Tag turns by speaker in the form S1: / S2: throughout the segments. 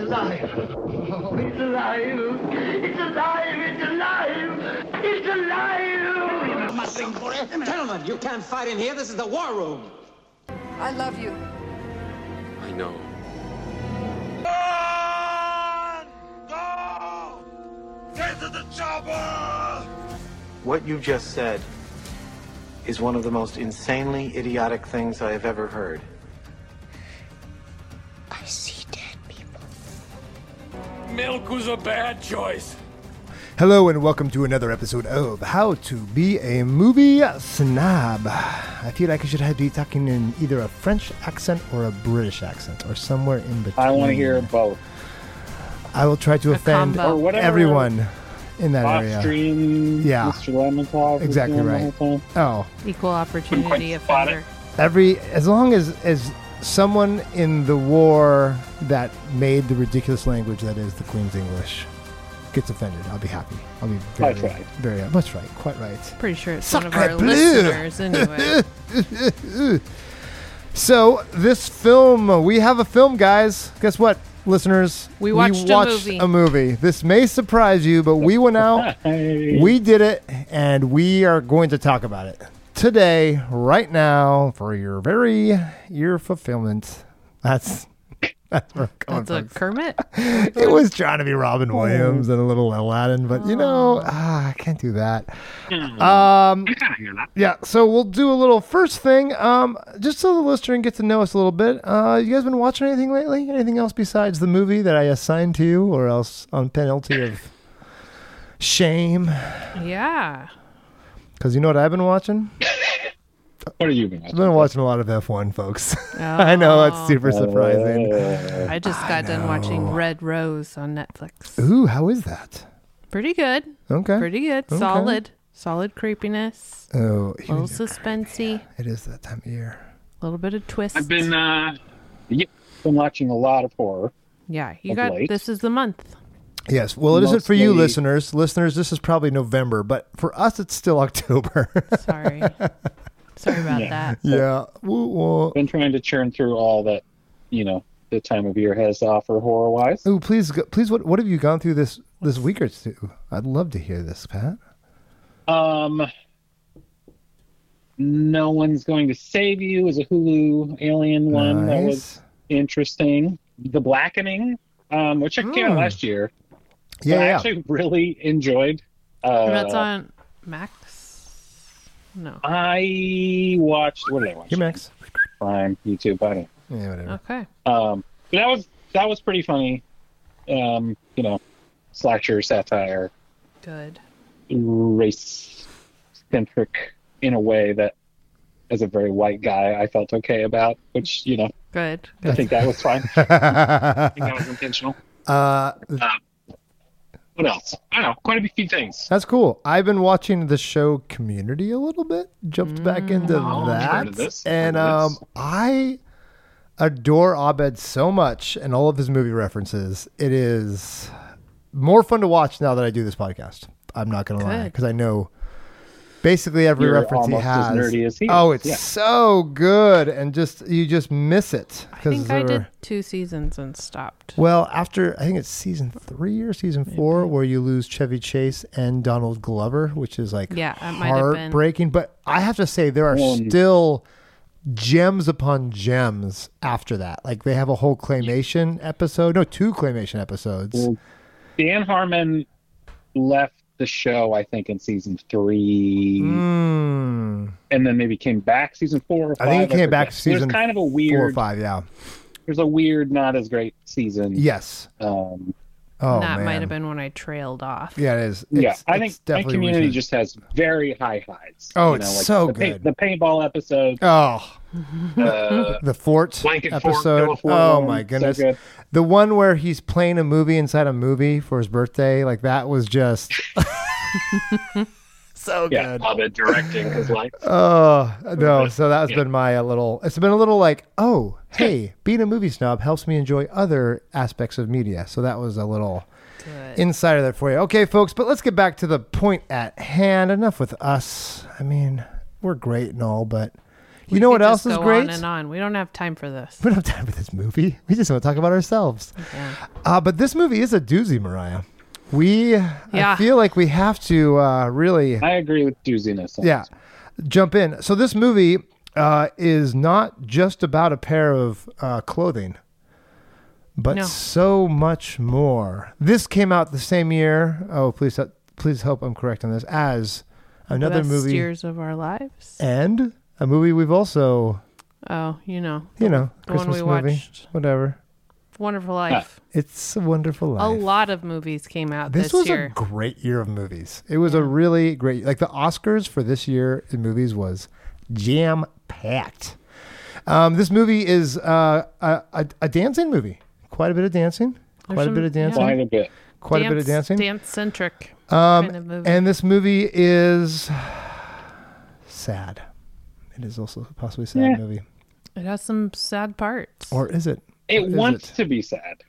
S1: alive. Oh, it's alive. It's alive. It's alive. It's alive.
S2: Muttling for it. Gentlemen, you can't fight in here. This is the war room.
S3: I love you.
S4: I know.
S5: Go! Get to the chopper!
S6: What you just said is one of the most insanely idiotic things I have ever heard.
S7: I see dead people.
S5: Milk was a bad choice.
S8: Hello and welcome to another episode of How to Be a Movie Snob. I feel like I should have be talking in either a French accent or a British accent or somewhere in between.
S9: I want to hear both.
S8: I will try to
S3: A
S8: offend
S3: combo. Or
S9: whatever.
S8: everyone in that area.
S9: Austrian,
S8: Yeah.
S9: Mr. Lemontov. was
S8: Exactly
S9: doing the
S8: right.
S9: whole thing.
S8: Oh,
S3: Equal opportunity
S9: spot
S3: offender.
S8: every as long as as someone in the war that made the ridiculous language that is the Queen's English gets offended, I'll be happy. I'll be very,
S9: Quite right.
S8: very. That's right. Quite right.
S3: Pretty sure it's one of
S8: Sacre
S3: our
S8: bleu.
S3: listeners anyway.
S8: So this film, we have a film, guys. Guess what, listeners?
S3: We watched a movie.
S8: a movie. This may surprise you, but we went out,
S9: Hey.
S8: we did it, and we are going to talk about it today, right now, for your very ear fulfillment. That's that's where I'm coming
S3: That's a
S8: from.
S3: Kermit.
S8: It was trying to be Robin Williams and a little Aladdin, but you know, ah, I can't do that. Um, yeah, so we'll do a little first thing, um, just so the listener can get to know us a little bit. Uh, you guys been watching anything lately? Anything else besides the movie that I assigned to you, or else on penalty of shame?
S3: Yeah.
S8: Because you know what I've been watching?
S9: What are you been
S8: I've been watching a lot of F1, folks. I know it's super surprising.
S3: I just got done watching Red Rose on Netflix.
S8: Ooh, how is that?
S3: Pretty good.
S8: Okay.
S3: Pretty good.
S8: Okay.
S3: Solid. Solid creepiness.
S8: Oh,
S3: A little
S8: here's-
S3: suspensey. A
S8: it is that time of year.
S3: little bit of twist.
S9: I've been, uh, yeah, been watching a lot of horror.
S3: yeah, you
S9: of
S3: got
S9: late.
S3: this is the month.
S8: Yes. Well, it not for you,
S9: Mostly-
S8: listeners. Listeners, this is probably November, but for us, it's still October.
S3: Sorry. Sorry about that.
S9: Uh,
S8: yeah. Woo, woo.
S9: Been trying to churn through all that, you know, the time of year has to offer horror wise.
S8: Ooh, please, go, please. What what have you gone through this this week or two? I'd love to hear this, Pat.
S9: Um, No One's Going to Save You is a Hulu alien one Um, that was
S8: Nice.
S9: interesting. The Blackening, um, which I came out
S8: Hmm.
S9: last year.
S8: Yeah.
S9: I
S8: yeah.
S9: actually really enjoyed. Uh,
S3: That's on Max. No.
S9: I watched. What did I watch?
S8: Here, Max.
S9: Prime, YouTube, buddy.
S8: Yeah, whatever.
S3: Okay.
S9: Um, but that was that was pretty funny. Um, you know, slasher satire,
S3: Good.
S9: race centric in a way that, as a very white guy, I felt okay about. Which you know,
S3: Good.
S9: I think that was fine. I think that was intentional. Um,
S8: Uh,
S9: What else? I don't know. Quite a few things.
S8: that's cool. I've been watching the show Community a little bit. Jumped back
S3: Mm.
S8: into
S3: Oh,
S9: I've heard of
S8: that,
S9: this.
S8: and
S9: Heard of
S8: um,
S9: this.
S8: I adore Abed so much and all of his movie references. It is more fun to watch now that I do this podcast. I'm not going to lie
S3: Good.
S8: because I know basically every
S9: You're
S8: reference he
S9: almost as
S8: has.
S9: nerdy as he
S8: oh,
S9: is,
S8: it's
S9: yeah.
S8: so good, and just you just miss it
S3: I think I
S8: there
S3: did
S8: were-
S3: two seasons and stopped.
S8: Well, after I think it's season three or season four where you lose Chevy Chase and Donald Glover, which is like
S3: Yeah, that might have been.
S8: heartbreaking. But I have to say there are
S9: Um,
S8: still gems upon gems after that. Like they have a whole claymation episode, no, two claymation episodes.
S9: Well, Dan Harmon left the show, I think, in season three.
S8: Hmm.
S9: and then maybe came back season four. Or
S8: I
S9: five,
S8: think it came back
S9: forget.
S8: season
S9: There's kind of a weird.
S8: four or five. Yeah.
S9: There's a weird, not as great season.
S8: Yes.
S9: Um,
S8: Oh
S3: that might have
S8: man.
S3: been when I trailed off.
S8: Yeah, it is.
S9: yeah.
S8: It's-
S9: I
S8: it's
S9: think my
S8: definitely
S9: community
S8: recent.
S9: just has very high highs.
S8: Oh, it's so
S9: the
S8: good.
S9: the paintball episode.
S8: oh
S9: Uh,
S8: the fort
S9: Blanket fort,
S8: episode.
S9: pillow fort
S8: oh
S9: one,
S8: my
S9: so
S8: goodness,
S9: good.
S8: the one where he's playing a movie inside a movie for his birthday, like that was just so
S9: yeah,
S8: good.
S9: Hobbit directing his life.
S8: Oh no! So that's been my uh, little. It's been a little like, oh, hey, being a movie snob helps me enjoy other aspects of media. So that was a little
S3: Good.
S8: insider there for you. Okay, folks, but let's get back to the point at hand. Enough with us. I mean, we're great and all, but You know
S3: could
S8: what else
S3: just
S8: is
S3: go
S8: great?
S3: On and on. We don't have time for this.
S8: We don't have time for this movie. We just want to talk about ourselves. Uh, but this movie is a doozy, Mariah. We I
S3: Yeah.
S8: feel like we have to uh, really
S9: I agree with dooziness. on
S8: yeah jump in. So this movie uh, is not just about a pair of uh, clothing, but
S3: No.
S8: so much more. This came out the same year. Oh, please please hope I'm correct on this. As another
S3: Best
S8: movie
S3: years of our lives.
S8: and a movie we've also
S3: Oh, you know,
S8: you know
S3: the one
S8: Christmas
S3: we
S8: movie
S3: watched.
S8: whatever.
S3: Wonderful Life.
S8: It's a wonderful life.
S3: A lot of movies came out
S8: this,
S3: this,
S8: was
S3: year.
S8: a great year of movies. It was a really great like the Oscars for this year in movies was jam packed. Um, this movie is uh, a, a, a dancing movie. Quite a bit of dancing. Quite a
S3: some-
S8: bit of
S3: yeah.
S8: dancing.
S9: Quite a bit.
S8: Quite a bit of dancing. Um,
S3: Dance centric kind of movie.
S8: And this movie is sad. It is also a possibly a sad movie.
S3: it has some sad parts.
S8: Or is it?
S9: It
S8: Or is
S9: wants to be sad.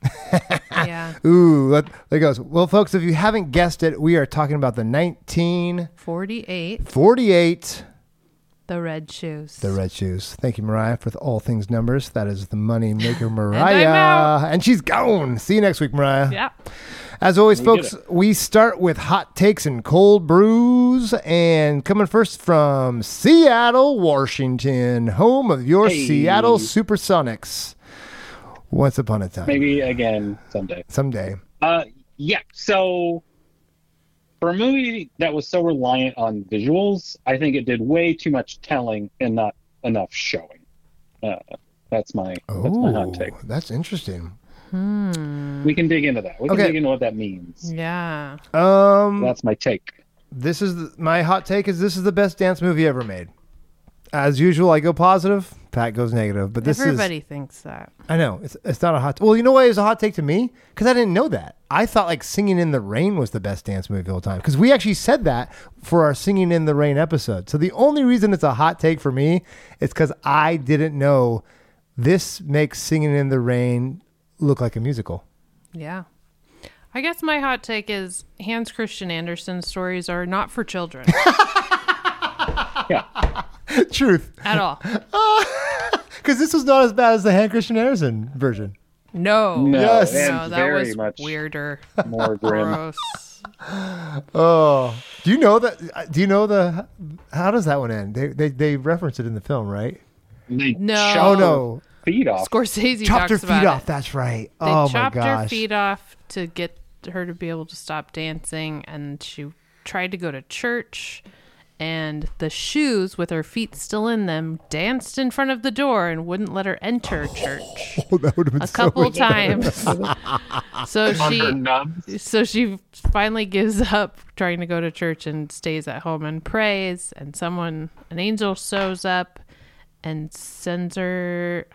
S3: yeah.
S8: Ooh, that, there goes. Well, folks, if you haven't guessed it, we are talking about the 1948
S3: Forty eight. The red shoes.
S8: The Red Shoes. Thank you, Mariah, for th- all things numbers. That is the money maker, Mariah.
S3: out.
S8: And she's gone. See you next week, Mariah.
S3: yeah.
S8: As always,
S9: did
S8: folks, we start with hot takes and cold brews. And coming first from Seattle, Washington, home of your
S9: Hey.
S8: Seattle Supersonics. Once upon a time.
S9: Maybe again someday.
S8: Someday.
S9: Uh, yeah. So for a movie that was so reliant on visuals, I think it did way too much telling and not enough showing. Uh, that's my that's my
S8: Oh,
S9: hot take.
S8: that's interesting.
S9: We can dig into that. We can
S8: Okay.
S9: dig into what that means.
S3: Yeah.
S8: Um,
S9: That's my take.
S8: this is the, my hot take is this is the best dance movie ever made. As usual, I go positive. Pat goes negative, but this
S3: Everybody thinks that.
S8: is I know it's, it's not a hot. Well, you know why it was a hot take to me because I didn't know that. I thought like Singing in the Rain was the best dance movie of all time because we actually said that for our Singing in the Rain episode. So the only reason it's a hot take for me is because I didn't know this makes Singing in the Rain look like a musical.
S3: Yeah. I guess my hot take is Hans Christian Andersen stories are not for children
S8: Truth,
S3: at all.
S8: because this was not as bad as the Han Christian Andersen version.
S3: No.
S9: No,
S8: Yes.
S9: and
S3: No, that
S9: very
S3: was
S9: much
S3: weirder.
S9: more grim.
S3: Gross.
S8: Oh, do you know that? uh, Do you know the? How does that one end? They they, they reference it in the film, right?
S9: They
S3: No.
S9: chop
S8: Oh
S3: Oh.
S8: no,
S9: her feet off.
S3: Scorsese
S8: chopped
S3: talks
S8: her feet
S3: about
S8: off.
S3: it.
S8: That's right.
S3: They
S8: oh my
S3: chopped
S8: gosh.
S3: her feet off to get her to be able to stop dancing, and she tried to go to church. And the shoes, with her feet still in them, danced in front of the door and wouldn't let her enter church
S8: Oh, that would have been
S3: a
S8: so
S3: couple
S8: much-
S3: times. so
S9: on her
S3: she,
S9: nubs.
S3: so she finally gives up trying to go to church and stays at home and prays. And someone, an angel, shows up and sends her.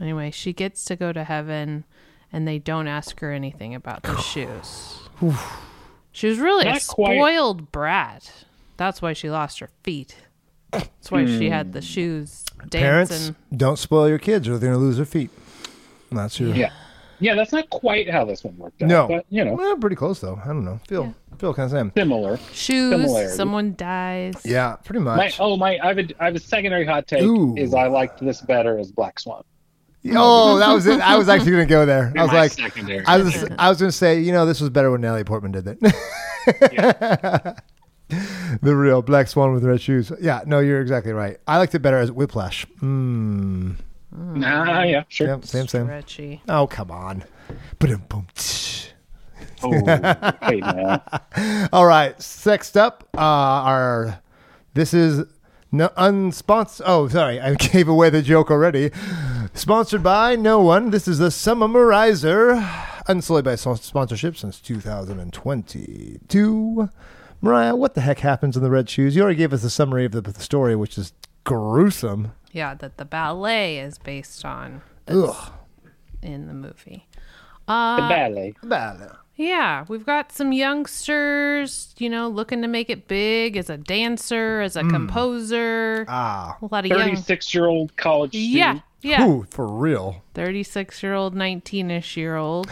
S3: Anyway, she gets to go to heaven, and they don't ask her anything about the shoes. She was really a
S9: Not quite.
S3: spoiled brat. That's why she lost her feet. That's why she had the shoes
S8: Hmm.
S3: dancing.
S8: Parents, don't spoil your kids, or they're gonna lose their feet. That's your
S9: Yeah. Yeah, that's not quite how this one worked out.
S8: no.
S9: But, you know,
S8: well, pretty close though. I don't know. Feel feel kind of same.
S9: similar.
S3: shoes.
S9: Similarity.
S3: Someone dies.
S8: Yeah, pretty
S9: My,
S8: much.
S9: oh, my, I have, a, I have a secondary hot take
S8: Ooh.
S9: is I liked this better as Black Swan.
S8: oh, that was it. I was actually gonna go there. I was
S9: My
S8: like,
S9: secondary.
S8: I was I was gonna say, you know, this was better when Natalie Portman did it. the real Black Swan with red shoes. Yeah, no, you're exactly right. I liked it better as Whiplash. Mm.
S9: Nah, yeah, sure.
S8: Yep, same, same.
S3: Stretchy.
S8: Oh, come on. Ba-dum, boom, tsh.
S9: Oh, hey, man.
S8: All right, next up, uh, our this is no unsponsored. Oh, sorry, I gave away the joke already. Sponsored by no one. This is the Summerizer, unsullied by spons- sponsorship since 2022. Mariah, what the heck happens in the red shoes? You already gave us a summary of the, the story, which is gruesome.
S3: Yeah, that the ballet is based on
S8: Ugh.
S3: in the movie. Uh,
S9: The ballet.
S8: Bad.
S3: Yeah, we've got some youngsters, you know, looking to make it big as a dancer, as a composer.
S8: Ah,
S3: a lot of young.
S9: 36 year old college student.
S3: Yeah, yeah.
S8: ooh, for real.
S3: 36 year old, 19 ish year old.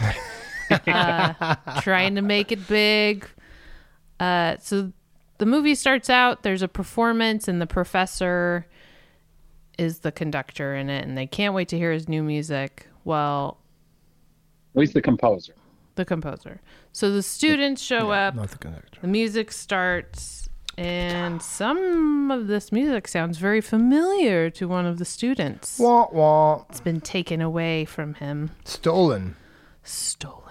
S3: uh, trying to make it big. Uh, so the movie starts out, there's a performance, and the professor is the conductor in it, and they can't wait to hear his new music. Well,
S9: At least the composer.
S3: the composer. So the students show up.
S8: Not the conductor.
S3: The music starts, and some of this music sounds very familiar to one of the students.
S8: Wah wah.
S3: It's been taken away from him,
S8: Stolen.
S3: stolen.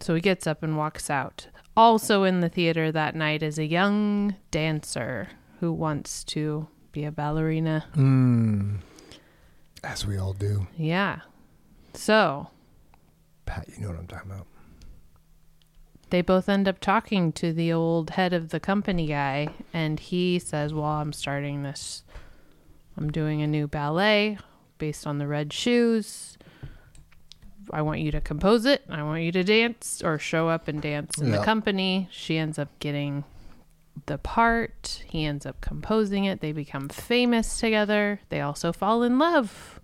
S3: So he gets up and walks out. Also in the theater that night is a young dancer who wants to be a ballerina.
S8: As we all do.
S3: Yeah. So
S8: Pat, you know what I'm talking about.
S3: they both end up talking to the old head of the company guy and he says well i'm starting this i'm doing a new ballet based on the red shoes i want you to compose it i want you to dance or show up and dance in
S8: Yeah.
S3: the company she ends up getting the part he ends up composing it they become famous together they also fall in love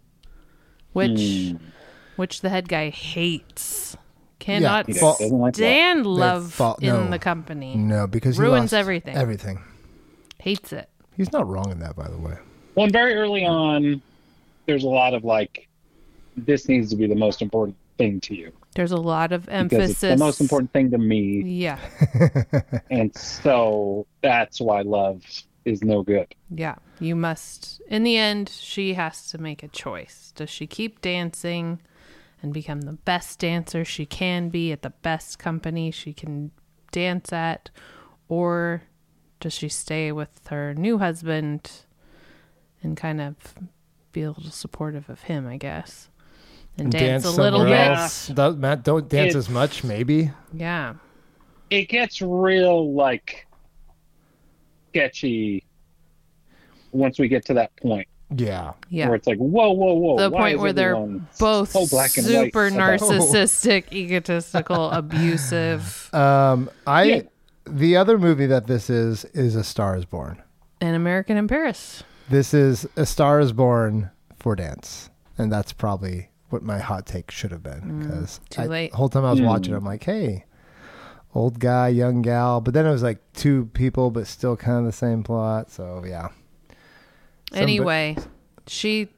S3: which
S9: Hmm.
S3: which the head guy hates cannot
S8: He doesn't
S9: like love.
S3: stand love
S8: thought-
S3: in
S8: no.
S3: the company.
S8: No, because he
S3: Ruins
S8: lost
S3: everything.
S8: Everything.
S3: Hates it.
S8: He's not wrong in that, by the way.
S9: Well, and very early on, there's a lot of like, this needs to be the most important thing to you
S3: There's a lot of
S9: because
S3: emphasis.
S9: it's the most important thing to me,
S3: Yeah,
S9: and so that's why love is no good.
S3: yeah. You must. In the end, she has to make a choice. Does she keep dancing and become the best dancer she can be at the best company she can dance at, or does she stay with her new husband and kind of be a little supportive of him? I guess. And dance, a little bit.
S8: somewhere
S9: bit.
S8: else. Don't- Matt, don't dance as
S9: It's-
S8: much, maybe.
S3: Yeah.
S9: It gets real like sketchy once we get to that point
S8: Yeah.
S3: Yeah.
S9: where it's like, whoa, whoa, whoa.
S3: the
S9: Oh, why
S3: point
S9: is
S3: where they're
S9: everyone
S3: both
S9: so black and white
S3: super
S9: about-
S3: narcissistic, egotistical, abusive.
S8: Um, I
S9: Yeah.
S8: the other movie that this is is A Star Is Born.
S3: An American in Paris.
S8: This is A Star Is Born for dance, and that's probably what my hot take should have been because
S3: Mm, too late.
S8: the whole time I was watching, I'm like, hey, old guy, young gal, but then it was like two people, but still kind of the same plot. So yeah,
S3: anyway, she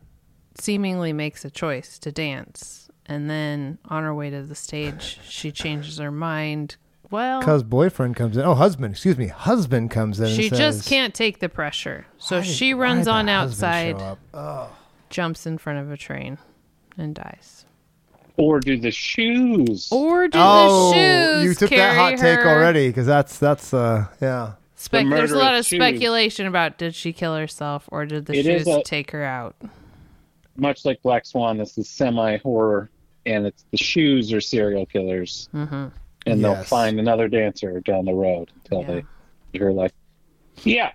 S3: seemingly makes a choice to dance. And then on her way to the stage, she changes her mind. Well,
S8: because boyfriend comes in. Oh, husband, excuse me, husband comes in. and
S3: she just
S8: says,
S3: can't take the pressure. So
S8: "Why did-
S3: she
S8: why
S3: runs
S8: did
S3: on
S8: the husband show
S3: outside,
S8: up?"
S3: jumps in front of a train, and dies.
S9: Or do the shoes.
S3: Or do
S8: Oh,
S3: the shoes
S8: you took that
S3: carry
S8: hot take
S3: her?
S8: already because that's that's uh yeah.
S3: Spec-
S9: The
S3: there's a
S9: murder
S3: lot
S9: of
S3: of
S9: shoes.
S3: speculation about did she kill herself or did the
S9: It is
S3: shoes
S9: a-
S3: take her out?
S9: much like Black Swan, this is semi horror, and it's the shoes are serial killers, mm-hmm. and they'll
S8: Yes.
S9: find another dancer down the road until
S3: Yeah.
S9: they, you're like, yeah,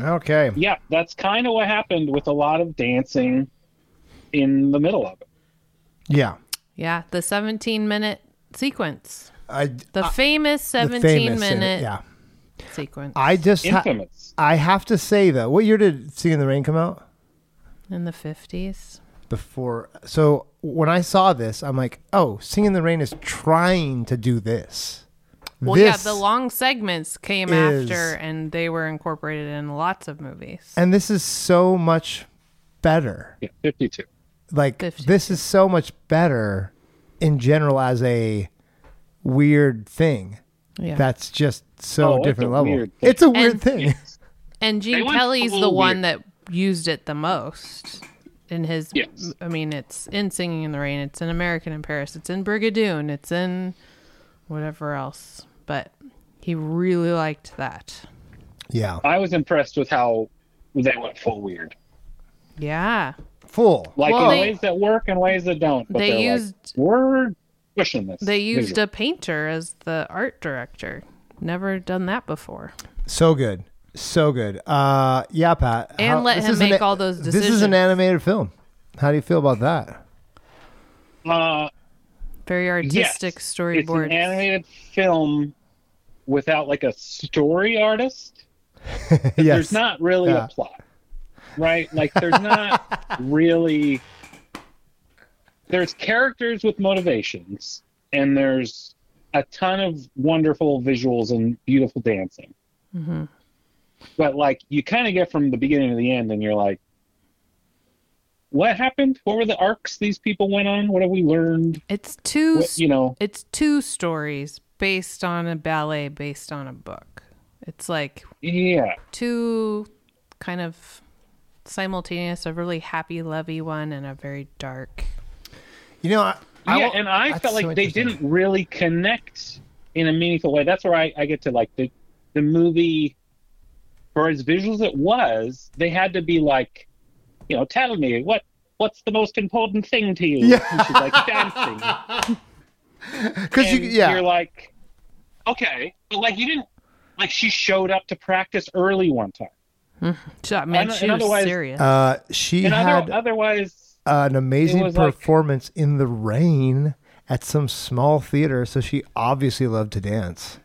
S8: Okay.
S9: yeah, that's kind of what happened with a lot of dancing in the middle of it.
S8: Yeah.
S3: Yeah, the 17 minute sequence.
S8: I
S3: The famous
S8: Uh, the
S3: 17
S8: famous-
S3: minute
S8: Yeah.
S3: sequence.
S8: I just ha-
S9: Infamous.
S8: I have to say though, what year did Singing in the Rain come out?
S3: in the 50s.
S8: Before. So when I saw this, I'm like, oh, Singing in the Rain is trying to do this.
S3: Well,
S8: this,
S3: yeah, the long segments came
S8: is-
S3: after and they were incorporated in lots of movies.
S8: and this is so much better.
S9: Yeah, 52.
S8: like
S3: Fifty.
S8: this is so much better in general as a weird thing.
S3: Yeah.
S8: That's just so
S9: Oh, it's
S8: different
S9: a
S8: level.
S9: weird thing.
S8: it's a weird
S3: And-
S8: thing.
S3: And
S9: They
S3: Gene
S9: went
S3: Kelly's
S9: full
S3: the one
S9: weird.
S3: that used it the most in his.
S9: Yes.
S3: I mean, it's in Singing in the Rain, it's in American in Paris, it's in Brigadoon, it's in whatever else. But he really liked that.
S8: yeah.
S9: I was impressed with how they went full weird,
S3: Yeah.
S8: Full.
S9: like in
S3: Well, they-
S9: ways that work and ways that don't. But
S3: They
S9: they're like,
S3: used-
S9: we're pushing this.
S3: They used
S9: visual."
S3: a painter as the art director. Never done that before.
S8: So good. So good. Uh yeah, Pat.
S3: And let
S8: this
S3: him
S8: is an
S3: make
S8: a-
S3: all those
S8: This is an
S3: decisions.
S8: animated film. How do you feel about that?
S9: uh,
S3: Very artistic
S9: yes.
S3: storyboards.
S9: It's an animated film without like a story artist.
S8: yes.
S9: There's not really
S8: Yeah.
S9: a plot, right? Like there's not really. There's characters with motivations, and there's a ton of wonderful visuals and beautiful dancing.
S3: Mm-hmm.
S9: But like you kind of get from the beginning to the end, and you're like, what happened? What were the arcs these people went on? What have we learned?
S3: It's two
S9: What, you know,
S3: it's two stories based on a ballet based on a book. It's like
S9: yeah,
S3: two kind of simultaneous, a really happy, lovey one and a very dark.
S8: You know, I, I
S9: yeah,
S8: will-
S9: and I
S8: that's
S9: felt like
S8: so
S9: they
S8: interesting.
S9: didn't really connect in a meaningful way. That's where I, I get to like the the movie for as visual as it was, they had to be like, you know, tell me what what's the most important thing to you?
S8: Yeah.
S9: And she's like dancing.
S8: Because you,
S9: and
S8: yeah,
S9: you're like, okay, but like you didn't like she showed up to practice early one time.
S3: So, I mean,
S9: And-
S3: she
S9: and
S3: was
S9: otherwise-
S3: serious.
S8: uh, she
S9: And
S8: had
S9: other, otherwise,
S8: an
S9: it
S8: amazing
S9: was like-
S8: performance in the rain at some small theater, so she obviously loved to dance.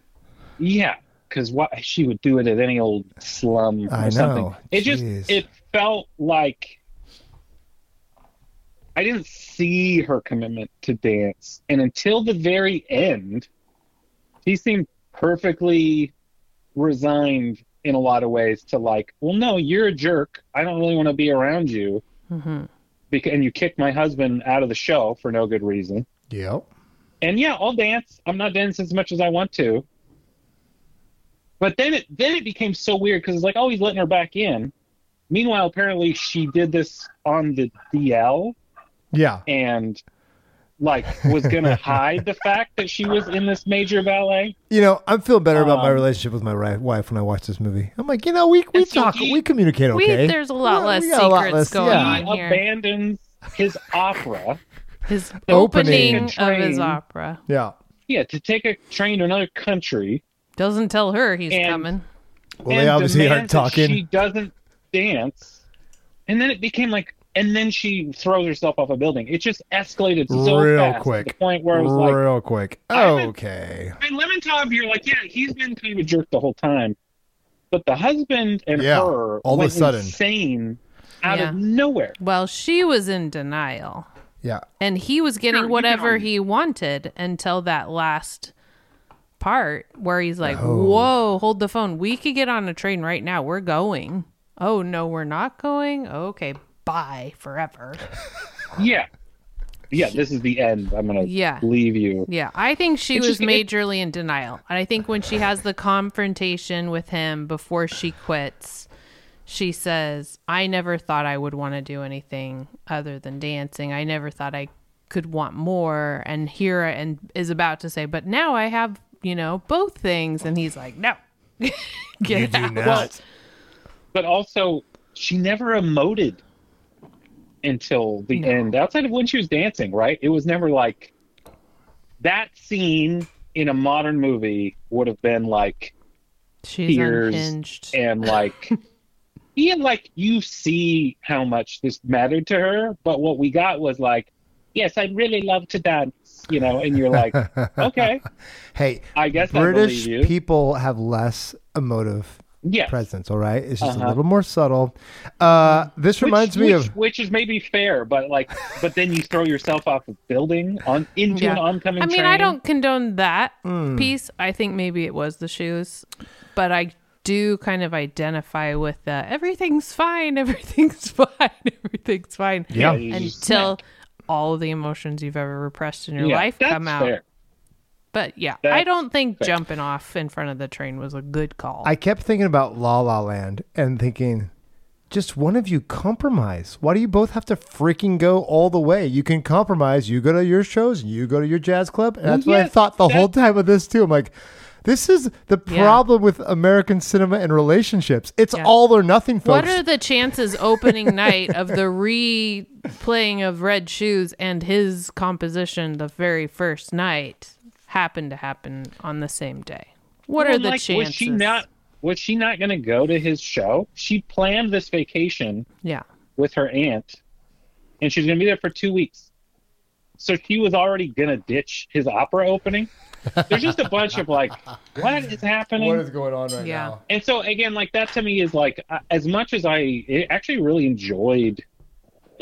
S9: yeah, because what she would do it at any old slum or
S8: I know.
S9: something. It
S8: Jeez.
S9: just it felt like I didn't see her commitment to dance, and until the very end, she seemed perfectly resigned in a lot of ways to like, well, no, you're a jerk. I don't really want to be around you. Because, and you kicked my husband out of the show for no good reason.
S8: Yep.
S9: and yeah, I'll dance. I'm not dancing as much as I want to. But then it then it became so weird because it's like, oh, he's letting her back in. Meanwhile, apparently she did this on the DL
S8: Yeah.
S9: and like was gonna hide the fact that she was in this major ballet.
S8: You know, I'm feeling better about my
S9: Um,
S8: relationship with my ri- wife when I watch this movie. I'm like, you know, we we
S9: And so
S8: talk,
S9: he-
S8: we communicate
S3: We-
S8: okay.
S3: there's a lot less
S8: got a
S3: secrets going
S9: He
S3: on. Yeah.
S9: abandons his opera.
S3: His
S8: Opening.
S3: opening of his
S9: Train.
S3: opera
S8: Yeah.
S9: Yeah, to take a train to another country.
S3: doesn't tell her he's
S9: And-
S3: coming.
S8: Well, they
S9: and
S8: obviously aren't
S9: demands that
S8: talking.
S9: She doesn't dance, and then it became like, and then she throws herself off a building. It just escalated so
S8: Real
S9: fast
S8: quick.
S9: to the point where I was like,
S8: Real quick.
S9: haven't-
S8: Okay.
S9: I mean, Lemontov, you're like, yeah, he's been kind of a jerk the whole time, but the husband and
S8: Yeah,
S9: her
S8: all of a
S9: went
S8: sudden.
S9: insane out
S3: Yeah.
S9: of nowhere.
S3: Well, she was in denial.
S8: Yeah.
S3: and he was getting
S9: Sure, you can
S3: whatever
S9: argue.
S3: he wanted until that last part where he's like whoa hold the phone we could get on a train right now we're going oh no we're not going okay bye forever
S9: Yeah, yeah, this is the end. I'm gonna
S3: Yeah.
S9: leave you.
S3: yeah i think she was
S9: just- it-
S3: majorly in denial and i think when she has the confrontation with him before she quits she says i never thought i would want to do anything other than dancing i never thought i could want more and here I- and is about to say but now i have you know both things and he's like no get
S8: You do
S3: out.
S8: not.
S9: but also she never emoted until the end outside of when she was dancing right it was never like that scene in a modern movie would have been like
S3: she's
S9: Tears
S3: unhinged
S9: and like yeah like you see how much this mattered to her but what we got was like yes i really love to dance you know and you're like okay
S8: Hey,
S9: i guess
S8: British
S9: i believe you
S8: people have less emotive
S9: yeah
S8: presence. All right, it's just a
S9: Uh-huh.
S8: little more subtle. Uh, this reminds me
S9: which,
S8: of
S9: which is maybe fair, but like, but then you throw yourself off a building on into an
S3: Yeah.
S9: oncoming.
S3: I mean,
S9: train.
S3: I don't condone that piece. I think maybe it was the shoes, but I do kind of identify with the everything's fine, everything's fine, everything's fine.
S8: Yeah.
S9: you just
S3: Until all the emotions you've ever repressed in your
S9: Yeah,
S3: life
S9: that's
S3: come out.
S9: fair.
S3: But yeah, I
S9: That's
S3: don't think
S9: fair.
S3: jumping off in front of the train was a good call.
S8: I kept thinking about La La Land and thinking, just one of you compromise. Why do you both have to freaking go all the way? You can compromise. You go to your shows, you go to your jazz club. And that's what I
S9: yes,
S8: thought the
S9: that-
S8: whole time of this, too. I'm like, this is the
S3: Yeah.
S8: problem with American cinema and relationships. It's
S3: Yeah.
S8: all or nothing, folks.
S3: what are the chances opening night of the replaying of Red Shoes and his composition the very first night happened to happen on the same day? What are
S9: Well,
S3: the
S9: like,
S3: chances?
S9: Was she not? Was she not going to go to his show? She planned this vacation
S3: yeah.
S9: with her aunt, and she's going to be there for two weeks. So she was already going to ditch his opera opening. There's just a bunch of like, what is happening?
S8: going on right
S3: Yeah. now?
S9: and so again like that to me is like uh, as much as i it actually really enjoyed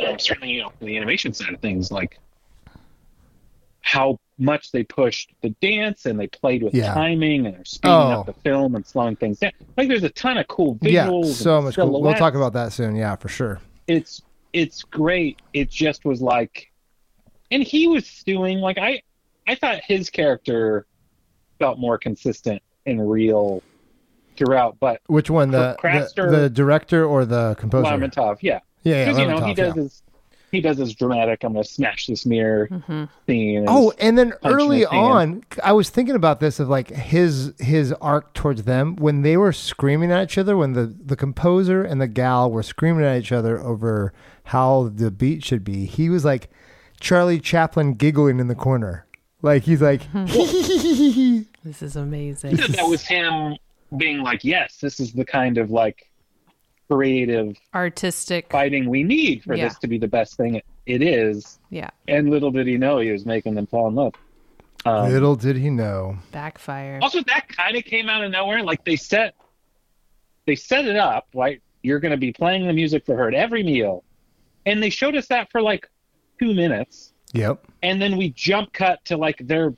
S9: um, certainly you know, the animation side of things like how much they pushed the dance and they played with
S8: Yeah.
S9: timing and they're speeding up
S8: Oh.
S9: the film and slowing things down like there's a ton of cool visuals
S8: Yeah, so
S9: and
S8: much. Cool. We'll
S9: silhouettes.
S8: talk about that soon. Yeah, for sure.
S9: it's it's great. It just was like, and he was stewing. Like I, I thought his character felt more consistent and real throughout. But
S8: Which one? The, the
S9: Craster-
S8: the director or the composer?
S9: Lamentov, yeah,
S8: Yeah, yeah.
S9: because you know he
S8: Lamentov,
S9: does
S8: yeah.
S9: his, he does his dramatic. I'm gonna smash this mirror scene. and-
S8: Oh, and then
S9: punching
S8: early
S9: his hand.
S8: on, I was thinking about this of like his his arc towards them when they were screaming at each other when the the composer and the gal were screaming at each other over how the beat should be. He was like Charlie Chaplin giggling in the corner. Like he's like
S3: This is amazing.
S9: that that was him being like, yes, this is the kind of like creative
S3: Artistic.
S9: fighting we need for
S3: Yeah.
S9: this to be the best thing it is.
S3: Yeah.
S9: And little did he know he was making them fall in love. Um,
S8: little did he know.
S3: Backfire.
S9: Also, that kind of came out of nowhere. Like they set, they set it up. Like you're going to be playing the music for her at every meal, and they showed us that for like two minutes,
S8: Yep.
S9: and then we jump cut to like they're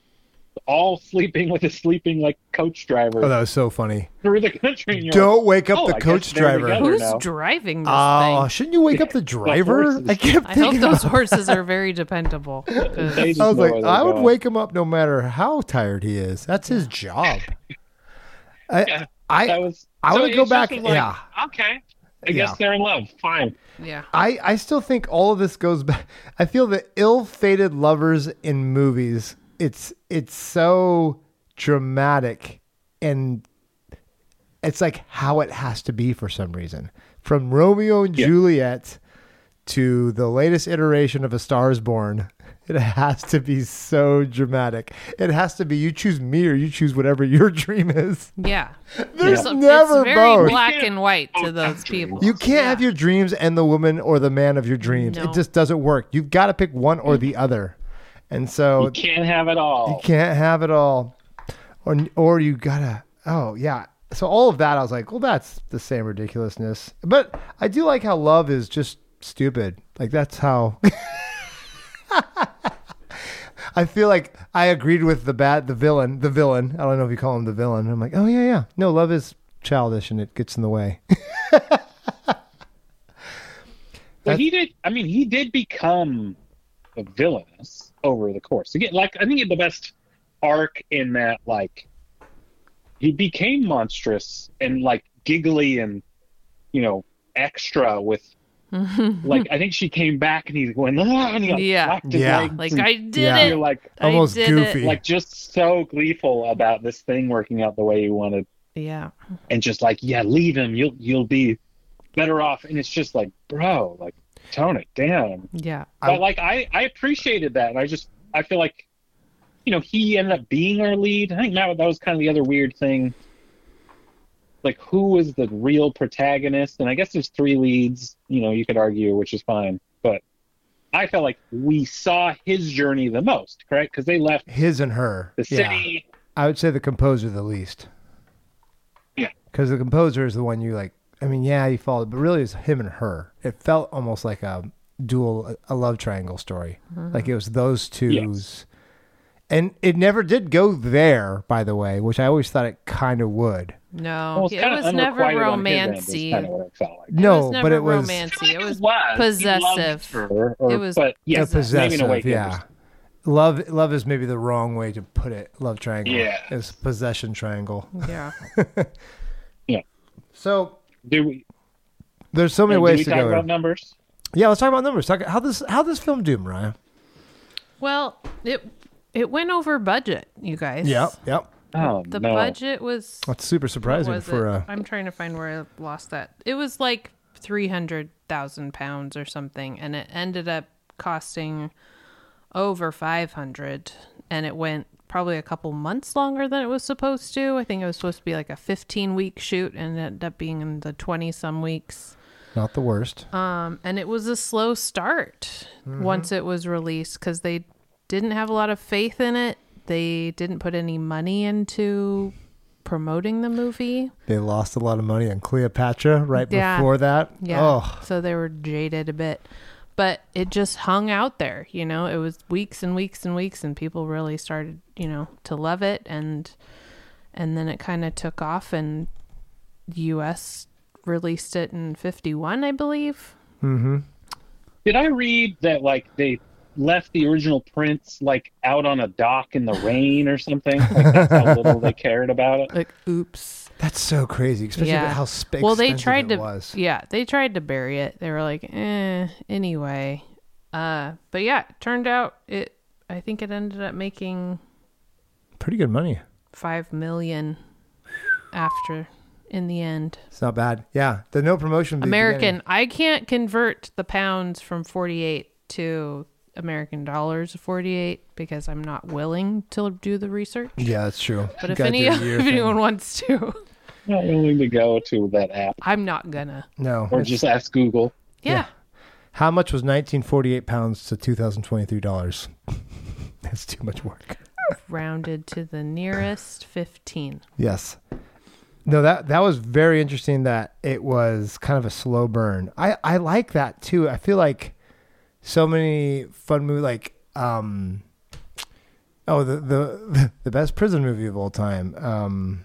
S9: all sleeping with a sleeping like coach driver
S8: Oh, that was so funny.
S9: through the country. And you're
S8: Don't wake up
S9: Oh,
S8: the
S9: I guess
S8: coach
S9: they're
S8: driver.
S9: together.
S3: Who's
S9: now.
S3: driving this
S8: Oh,
S3: thing?
S8: shouldn't you wake up the driver?
S9: horses.
S8: I kept
S3: I hope
S8: thinking
S3: those
S8: about-
S3: horses are very dependable. 'cause
S9: They just
S8: I was
S9: know
S8: like,
S9: where they're
S8: I would
S9: going.
S8: wake him up no matter how tired he is. That's his job. I,
S9: That
S8: I,
S9: was.
S8: I
S9: so
S8: wanna
S9: it
S8: go
S9: just
S8: back-
S9: was like,
S8: yeah.
S9: Okay.
S8: Yeah.
S9: I guess they're in love. Fine.
S3: yeah.
S8: I, I still think all of this goes back. I feel the ill-fated lovers in movies. It's it's so dramatic, and it's like how it has to be for some reason. From Romeo and Juliet to the latest iteration of A Star Is Born, it has to be so dramatic. It has to be you choose me or you choose whatever your dream is.
S3: Yeah.
S8: There's
S3: It's-
S8: never
S3: it's very
S8: both.
S3: black
S9: You can't
S3: and white to
S9: both
S3: those
S9: have dreams.
S3: people.
S8: You can't have
S3: Yeah.
S8: your dreams and the woman or the man of your dreams.
S3: No.
S8: It just doesn't work. You've got to pick one or the other. And so
S9: You can't have it all.
S8: you can't have it all. Or or you got to Oh, yeah. So all of that I was like, well that's the same ridiculousness. But I do like how love is just stupid. Like that's how I feel like I agreed with the bad the villain, the villain. I don't know if you call him the villain. I'm like, "Oh yeah, yeah. No, love is childish and it gets in the way."
S9: But he did. I mean, he did become a villainous over the course. Again, like I think he had the best arc in that. Like he became monstrous and like giggly and you know extra with. like I think she came back and he's going ah, and he like,
S3: Yeah.
S9: whacked his
S8: Yeah.
S9: legs
S3: Like,
S9: and
S3: I did
S8: Yeah.
S9: Hmm. you're
S3: it.
S9: like
S3: I
S8: Almost
S3: did it.
S8: goofy.
S9: like just so gleeful about this thing working out the way you wanted
S3: Yeah.
S9: and just like yeah leave him you'll you'll be better off and it's just like bro like tone it down
S3: Yeah.
S9: but like I, I appreciated that, and I just I feel like, you know, he ended up being our lead. I think that that was kind of the other weird thing. Like, who was the real protagonist? And I guess there's three leads. You know, you could argue, which is fine. But I felt like we saw his journey the most, correct? Because they left
S8: His and her.
S9: the
S8: Yeah.
S9: city.
S8: I would say the composer the least.
S9: Yeah.
S8: Because the composer is the one you like. I mean, yeah, you followed, but really it's him and her. It felt almost like a dual, a love triangle story.
S3: Mm-hmm.
S8: Like it was those two's. And it never did go there, by the way, which I always thought it kind of would.
S3: No.
S9: Well, it's
S3: it
S9: kinda
S3: was never
S9: unrequited on his end, is
S3: romancy.
S9: kinda what it felt like.
S8: No,
S3: it was never
S8: but it was.
S3: romancy. It was
S9: He loved
S3: possessive.
S9: her, or-
S3: It was
S9: but
S8: Yeah,
S9: yes, maybe
S8: possessive.
S9: in a way,
S8: yeah. Love, love is maybe the wrong way to put it. Love triangle.
S9: Yeah.
S8: It's possession triangle.
S3: Yeah.
S8: So
S9: Do we,
S8: there's so many
S9: do
S8: ways
S9: we
S8: to
S9: talk
S8: go.
S9: about numbers?
S8: yeah, let's talk about numbers. Talk, how this how this film do, Mariah?
S3: Well, it it went over budget, you guys.
S8: Yep, yep.
S9: Oh
S3: The
S9: no.
S3: budget was
S8: That's super surprising
S3: was
S8: for uh,
S3: it?
S8: a.
S3: I'm trying to find where I lost that. It was like three hundred thousand pounds or something, and it ended up costing over five hundred, and it went probably a couple months longer than it was supposed to. I think it was supposed to be like a fifteen week shoot, and it ended up being in the twenty some weeks.
S8: Not the worst.
S3: Uh, and it was a slow start once it was released because they didn't have a lot of faith in it. They didn't put any money into promoting the movie.
S8: they lost a lot of money on Cleopatra right
S3: Yeah.
S8: before that.
S3: Yeah.
S8: Oh,
S3: So they were jaded a bit. But it just hung out there, you know. It was weeks and weeks and weeks and people really started, you know, to love it and and then it kind of took off and the US released it in 51, I believe.
S9: Did I read that like they left the original prints like out on a dock in the rain or something? Like that's how little they cared about it.
S3: Like, oops.
S8: That's so crazy, especially
S3: yeah.
S8: with how sp-
S3: well, they
S8: expensive
S3: tried
S8: it
S3: to.
S8: was.
S3: Yeah, they tried to bury it. They were like, eh, anyway. Uh, but yeah, it turned out it. I think it ended up making
S8: Pretty good money.
S3: five million after in the end.
S8: It's not bad. Yeah, the no promotion. at the
S3: American.
S8: beginning.
S3: I can't convert the pounds from 48 to American dollars of 48 because I'm not willing to do the research.
S8: Yeah, that's true.
S3: But if, any, if anyone wants to,
S9: Not willing to go to that app
S3: I'm not gonna.
S8: no,
S9: or just ask Google.
S3: Yeah.
S8: how much was 1948 pounds to 2023 dollars? that's too much work.
S3: Rounded to the nearest 15.
S8: Yes. No, that that was very interesting. That it was kind of a slow burn. I I like that too. I feel like so many fun movies, like um, oh the the the best prison movie of all time, um,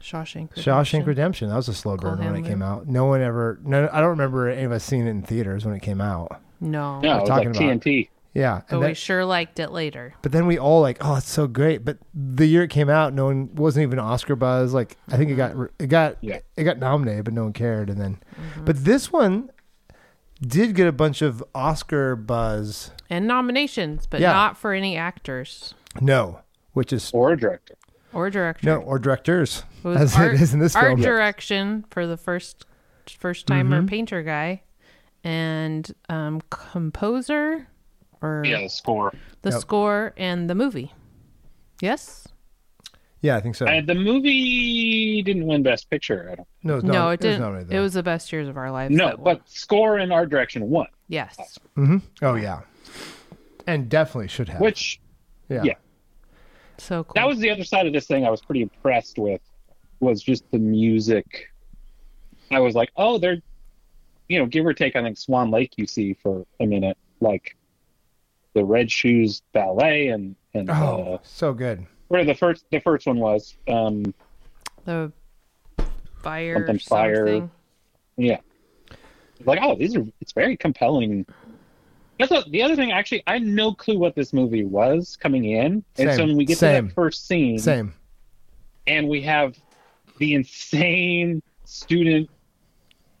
S3: Shawshank.
S8: Shawshank
S3: Redemption.
S8: Redemption. That was a slow burn when it
S3: Hamlin.
S8: came out. No one ever. No, I don't remember any of us seeing it in theaters when it came out.
S3: No.
S9: No, it's like
S8: talking about?
S9: TNT.
S8: Yeah,
S3: But
S8: and that-
S3: we sure liked it later.
S8: But then we all like, oh, it's so great. But the year it came out, no one wasn't even Oscar buzz. Like I think it got
S3: Mm-hmm.
S8: it got
S9: Yeah.
S8: it got nominated, but no one cared. And then,
S3: Mm-hmm.
S8: but this one did get a bunch of Oscar buzz.
S3: And nominations, but
S8: Yeah.
S3: not for any actors
S8: No, which is
S9: Or a director.
S3: or directors.
S8: no or directors
S3: It was
S8: as
S3: art,
S8: it is in this
S3: art
S8: film. Mm-hmm.
S3: direction for the first first timer painter guy and um, composer or
S9: Yeah, the score.
S3: the score and the movie. Yes?
S8: Yeah, I think so.
S9: And the movie didn't win Best Picture, I don't
S8: no, it was
S3: No,
S8: nom-
S3: it
S8: was
S3: didn't.
S8: nominated,
S3: it
S8: though.
S3: was the best years of our lives.
S9: No,
S3: that one.
S9: but score and art direction won,
S3: yes.
S8: Oh yeah, and definitely should have.
S9: which
S8: yeah.
S9: yeah.
S3: So cool.
S9: that was the other side of this thing I was pretty impressed with was just the music. I was like, oh, they're, you know, give or take, I think Swan Lake you see for a minute, like the Red Shoes Ballet and and
S8: Oh,
S9: uh,
S8: so good.
S3: Mm-hmm.
S9: where the first the first one was, um,
S3: the fire
S9: Something
S3: something.
S9: fire. yeah, like oh, these are it's very compelling. That's what, the other thing. Actually, I had no clue what this movie was coming in, and so
S8: Same,
S9: when we get to
S8: same,
S9: that first scene,
S8: Same.
S9: and we have the insane student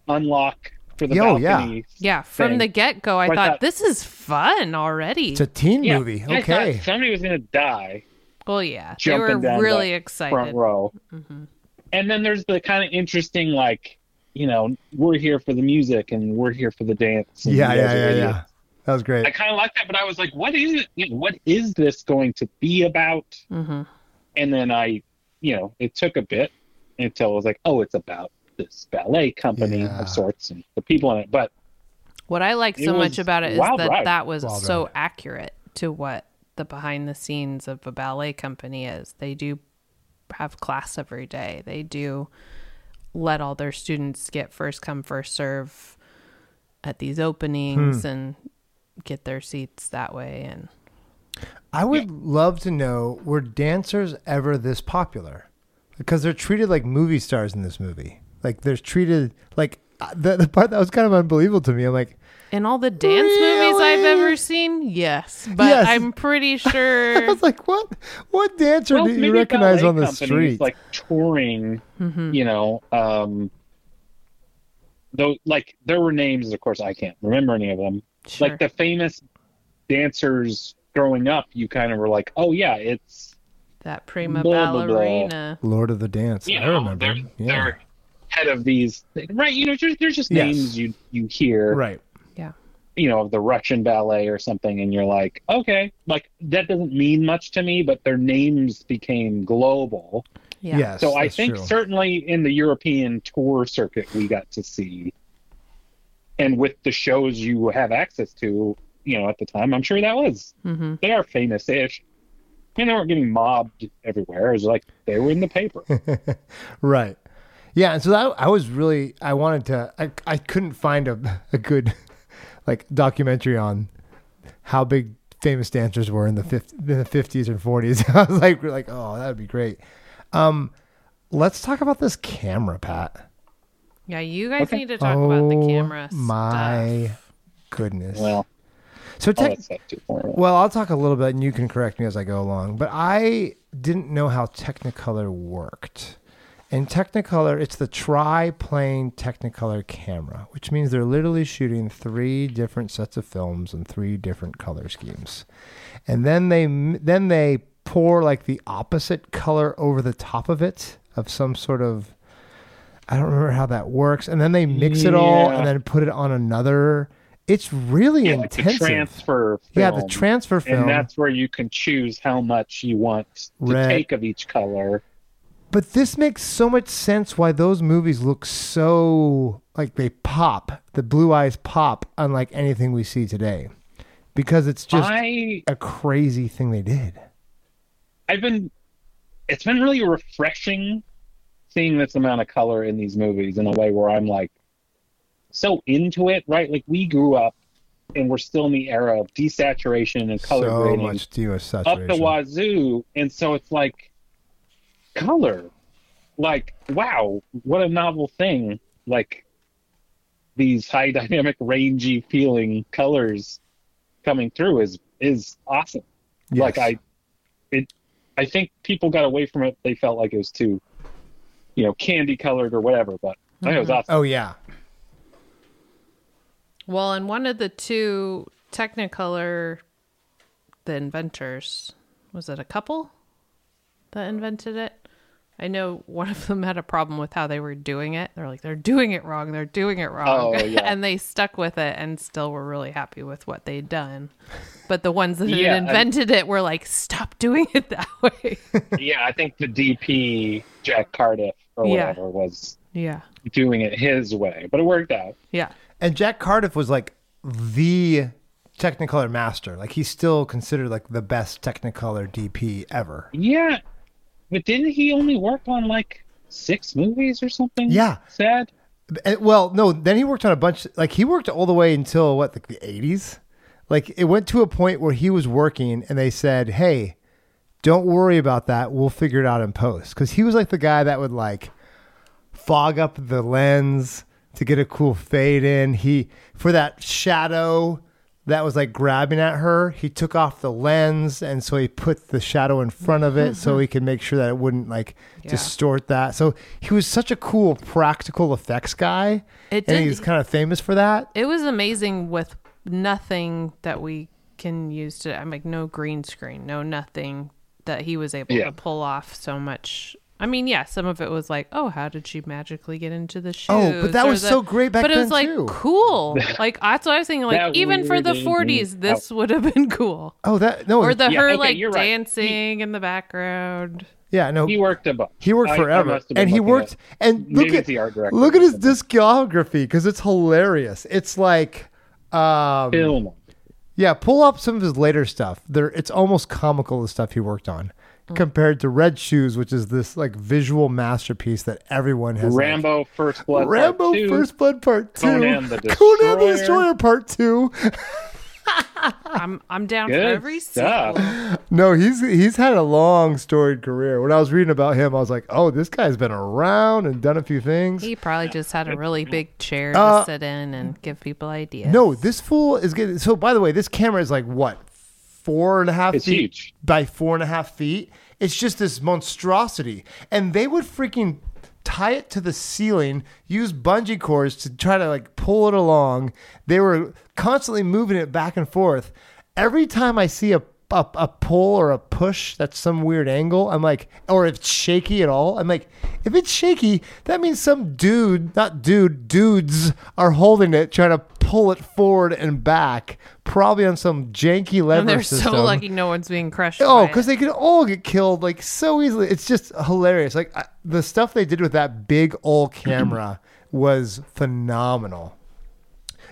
S9: unlock for the
S8: Yo, yeah.
S9: balcony.
S3: Yeah, from
S9: thing.
S3: the get go, I
S9: Where I
S3: thought,
S9: thought-
S3: this is fun already.
S8: It's a teen
S9: Yeah,
S8: movie.
S9: I thought
S8: Okay.
S9: somebody was gonna die
S3: well, yeah, they
S9: jumping
S3: were
S9: down
S3: really
S9: the
S3: excited. Mm-hmm,
S9: front row. And then there's the kind of interesting like, you know, we're here for the music and we're here for the dance. and
S8: Yeah,
S9: you
S8: yeah,
S9: guys are
S8: yeah,
S9: idiots.
S8: yeah. That was great.
S9: I kind of like that, but I was like, what is it? you know, What is this going to be about?
S3: Mhm.
S9: And then I, you know, it took a bit until I was like, oh, it's about this ballet company
S8: Yeah.
S9: of sorts and the people in it. But
S3: What I like
S9: It
S3: so
S9: was
S3: much about it is
S9: wild
S3: that
S9: ride.
S3: that was
S8: Wild
S3: so accurate to what the behind the scenes of a ballet company is. They do have class every day. They do let all their students get first come first serve at these openings and get their seats that way and
S8: I would love to know were dancers ever this popular? Because they're treated like movie stars in this movie. Like they're treated like uh, the the part that was kind of unbelievable to me. I'm like,
S3: in all the dance movies I've
S8: Really?
S3: ever seen, yes, but
S8: Yes.
S3: I'm pretty sure
S8: I was like, what? What dancer
S9: well,
S8: do
S9: maybe
S8: you recognize
S9: ballet
S8: on the
S9: companies,
S8: street?
S9: like touring, you know, um, though, like there were names, of course, I can't remember any of them.
S3: Sure.
S9: Like the famous dancers growing up, you kind of were like, oh, yeah, it's.
S3: that prima
S9: Blah, blah, blah.
S3: ballerina.
S8: Lord of the Dance.
S9: you
S8: I
S9: know,
S8: remember.
S9: They're,
S8: yeah.
S9: they're head of these, right? You know, there's, there's just
S8: Yes.
S9: names you you hear,
S8: right.
S3: Yeah.
S9: you know, of the Russian ballet or something, and you're like, okay, like that doesn't mean much to me, but their names became global.
S3: Yeah.
S8: Yes.
S9: So I
S8: that's
S9: think
S8: true.
S9: certainly in the European tour circuit we got to see, and with the shows you have access to, you know, at the time, I'm sure that was
S8: Mm-hmm.
S3: Mhm.
S9: they are famous-ish. And they weren't getting mobbed everywhere. It was like they were in the paper.
S8: Right. Yeah, and so that, I was really I wanted to I, I couldn't find a, a good like documentary on how big famous dancers were in the fifth in the fifties and forties. I was like we're like oh that would be great. Um, let's talk about this camera, Pat.
S3: Yeah, you guys
S9: Okay.
S3: need to talk about the camera
S8: Oh my
S3: stuff.
S8: goodness.
S9: Well,
S8: so
S9: oh,
S8: tech
S9: that's not too formal.
S8: well, I'll talk a little bit, and you can correct me as I go along. But I didn't know how Technicolor worked. In Technicolor, it's the tri-plane Technicolor camera, which means they're literally shooting three different sets of films in three different color schemes, and then they then they pour like the opposite color over the top of it of some sort of I don't remember how that works, and then they mix it all
S9: Yeah.
S8: and then put it on another. It's really
S9: Yeah, like the
S8: intensive.
S9: transfer.
S8: Yeah, the
S9: film.
S8: transfer film.
S9: And that's where you can choose how much you want to
S8: Red.
S9: take of each color.
S8: But this makes so much sense why those movies look so like they pop. The blue eyes pop, unlike anything we see today, because it's just
S9: I
S8: a crazy thing they did.
S9: I've been it's been really refreshing seeing this amount of color in these movies in a way where I'm like so into it, right? Like we grew up and we're still in the era of desaturation and color
S8: so
S9: grading
S8: much
S9: up
S8: desaturation.
S9: the wazoo, and so it's like color. Like wow, what a novel thing! Like these high dynamic, rangy feeling colors coming through is is awesome. Like I, it, I think people got away from it. They felt like it was too, you know, candy colored or whatever. But I think it was awesome.
S8: Oh yeah,
S3: Well, in one of the two Technicolor, the inventors, was it a couple that invented it? I know one of them had a problem with how they were doing it. They're like, they're doing it wrong. They're doing it wrong.
S9: Oh, yeah.
S3: and they stuck with it and still were really happy with what they'd done. But the ones that had
S9: Yeah, I-
S3: invented it were like, stop doing it that way.
S9: Yeah, I think the DP Jack Cardiff or
S3: Yeah.
S9: whatever was
S3: yeah.
S9: doing it his way, but it worked out.
S3: Yeah.
S8: and Jack Cardiff was like the Technicolor master. Like he's still considered like the best Technicolor DP ever.
S9: Yeah, but didn't he only work on like six movies or something?
S8: Yeah.
S9: sad.
S8: And- well, no, then he worked on a bunch. Like he worked all the way until what like the eighties. Like it went to a point where he was working, and they said, "Hey, don't worry about that. We'll figure it out in post." Because he was like the guy that would like fog up the lens to get a cool fade in. He for that shadow that was like grabbing at her, he took off the lens and so he put the shadow in front of it so he could make sure that it wouldn't like distort that. So he was such a cool practical effects guy.
S3: It
S8: and he
S3: did-
S8: was kind of famous for that.
S3: it was amazing with nothing that we can use to i'm like no green screen no nothing that he was able
S9: Yeah.
S3: to pull off so much i mean yeah some of it was like oh how did she magically get into the shoes
S8: Oh, but that
S3: or
S8: was
S3: the-
S8: so great back
S3: but it was
S8: then,
S3: like
S8: too.
S3: cool like that's what i was thinking like
S9: That
S3: even for the
S9: weird
S3: 40s
S9: thing.
S3: this would have been cool
S8: Oh, that no,
S3: or the
S9: Yeah,
S3: her
S9: okay,
S3: like
S9: you're right. He-
S3: dancing in the background
S8: yeah, no,
S9: He worked a bunch.
S8: He worked
S9: I- I
S8: forever,
S9: must have been
S8: and he
S9: looking
S8: worked.
S9: at-
S8: and look
S9: maybe
S8: at
S9: it's the art director
S8: look
S9: or
S8: at his
S9: something.
S8: discography because it's hilarious. It's like, um,
S9: film.
S8: yeah, pull up some of his later stuff. There, it's almost comical the stuff he worked on compared to Red Shoes, which is this like visual masterpiece that everyone has. like,
S9: Rambo First Blood. Part
S8: Rambo
S9: Two.
S8: First Blood Part Two,
S9: Conan the
S8: Conan the
S9: Destroyer.
S8: Destroyer Part Two. Ah,
S3: i'm i'm down for
S9: Good
S3: every
S9: stuff.
S3: sequel
S8: No, he's he's had a long storied career. When I was reading about him, I was like, oh, this guy's been around and done a few things.
S3: he probably just had a really big chair
S8: Uh,
S3: to sit in and give people ideas
S8: No, this fool is getting. So, by the way, this camera is like what four and a half
S9: It's
S8: feet
S9: huge.
S8: by four and a half feet. It's just this monstrosity, and they would freaking tie it to the ceiling, use bungee cords to try to like pull it along. They were constantly moving it back and forth. Every time I see a a, a pull or a push that's some weird angle, I'm like, or if it's shaky at all, I'm like, if it's shaky, that means some dude, not dude, dudes are holding it, trying to pull it forward and back, probably on some janky lever
S3: and they're
S8: system.
S3: so lucky no one's being crushed
S8: Oh,
S3: by it.
S8: because they could all get killed like so easily. It's just hilarious. Like I, the stuff they did with that big old camera was phenomenal.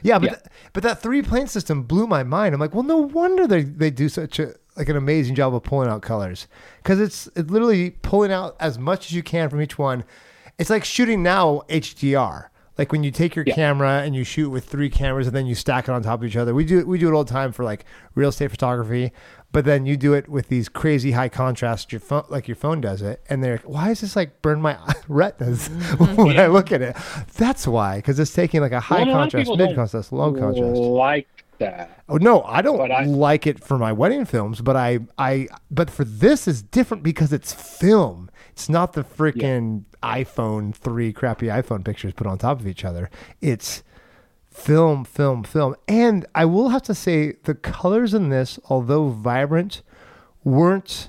S8: Yeah, but th- but that three plane system blew my mind. I'm like, well, no wonder they they do such a like an amazing job of pulling out colors because it's it's literally pulling out as much as you can from each one. It's like shooting now HDR. Like when you take your camera and you shoot with three cameras and then you stack it on top of each other. We do we do it all the time for like real estate photography. But then you do it with these crazy high contrast, your phone, like your phone does it, and they're like, "Why is this like burn my retinas when I look at it?" That's why, because it's taking like a high
S9: Well, a lot of
S8: contrast,
S9: people
S8: mid
S9: don't
S8: contrast, low contrast.
S9: Like that.
S8: Oh no, I don't
S9: But I-
S8: like it for my wedding films, but I, I, but for this is different because it's film. It's not the freaking iPhone three crappy iPhone pictures put on top of each other. It's film, film, film. And I will have to say the colors in this, although vibrant, weren't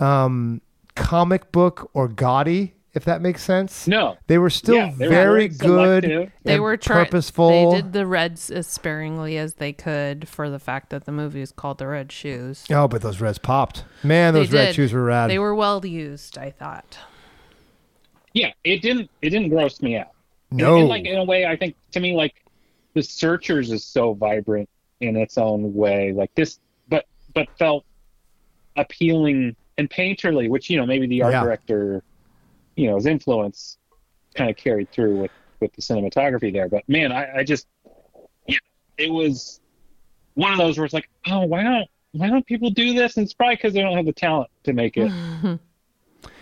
S8: um, comic book or gaudy. If that makes sense.
S9: No.
S8: they were still
S9: Yeah, they were
S8: very
S9: very
S8: good.
S9: selective.
S3: They
S8: and
S3: were try-
S8: purposeful.
S3: They did the reds as sparingly as they could for the fact that the movie is called The Red Shoes.
S8: Oh, but those reds popped. Man, those
S3: They
S8: red
S3: did.
S8: shoes were rad.
S3: They were well used, I thought.
S9: Yeah, it didn't. It didn't gross me out. And-
S8: no.
S9: and like in a way, I think to me, like the Searchers is so vibrant in its own way. Like this, but but felt appealing and painterly, which you know maybe the art
S8: Yeah.
S9: director, you know, his influence kind of carried through with with the cinematography there. But man, I, I just yeah, it was one of those where it's like, oh, why don't why don't people do this? And it's probably because they don't have the talent to make it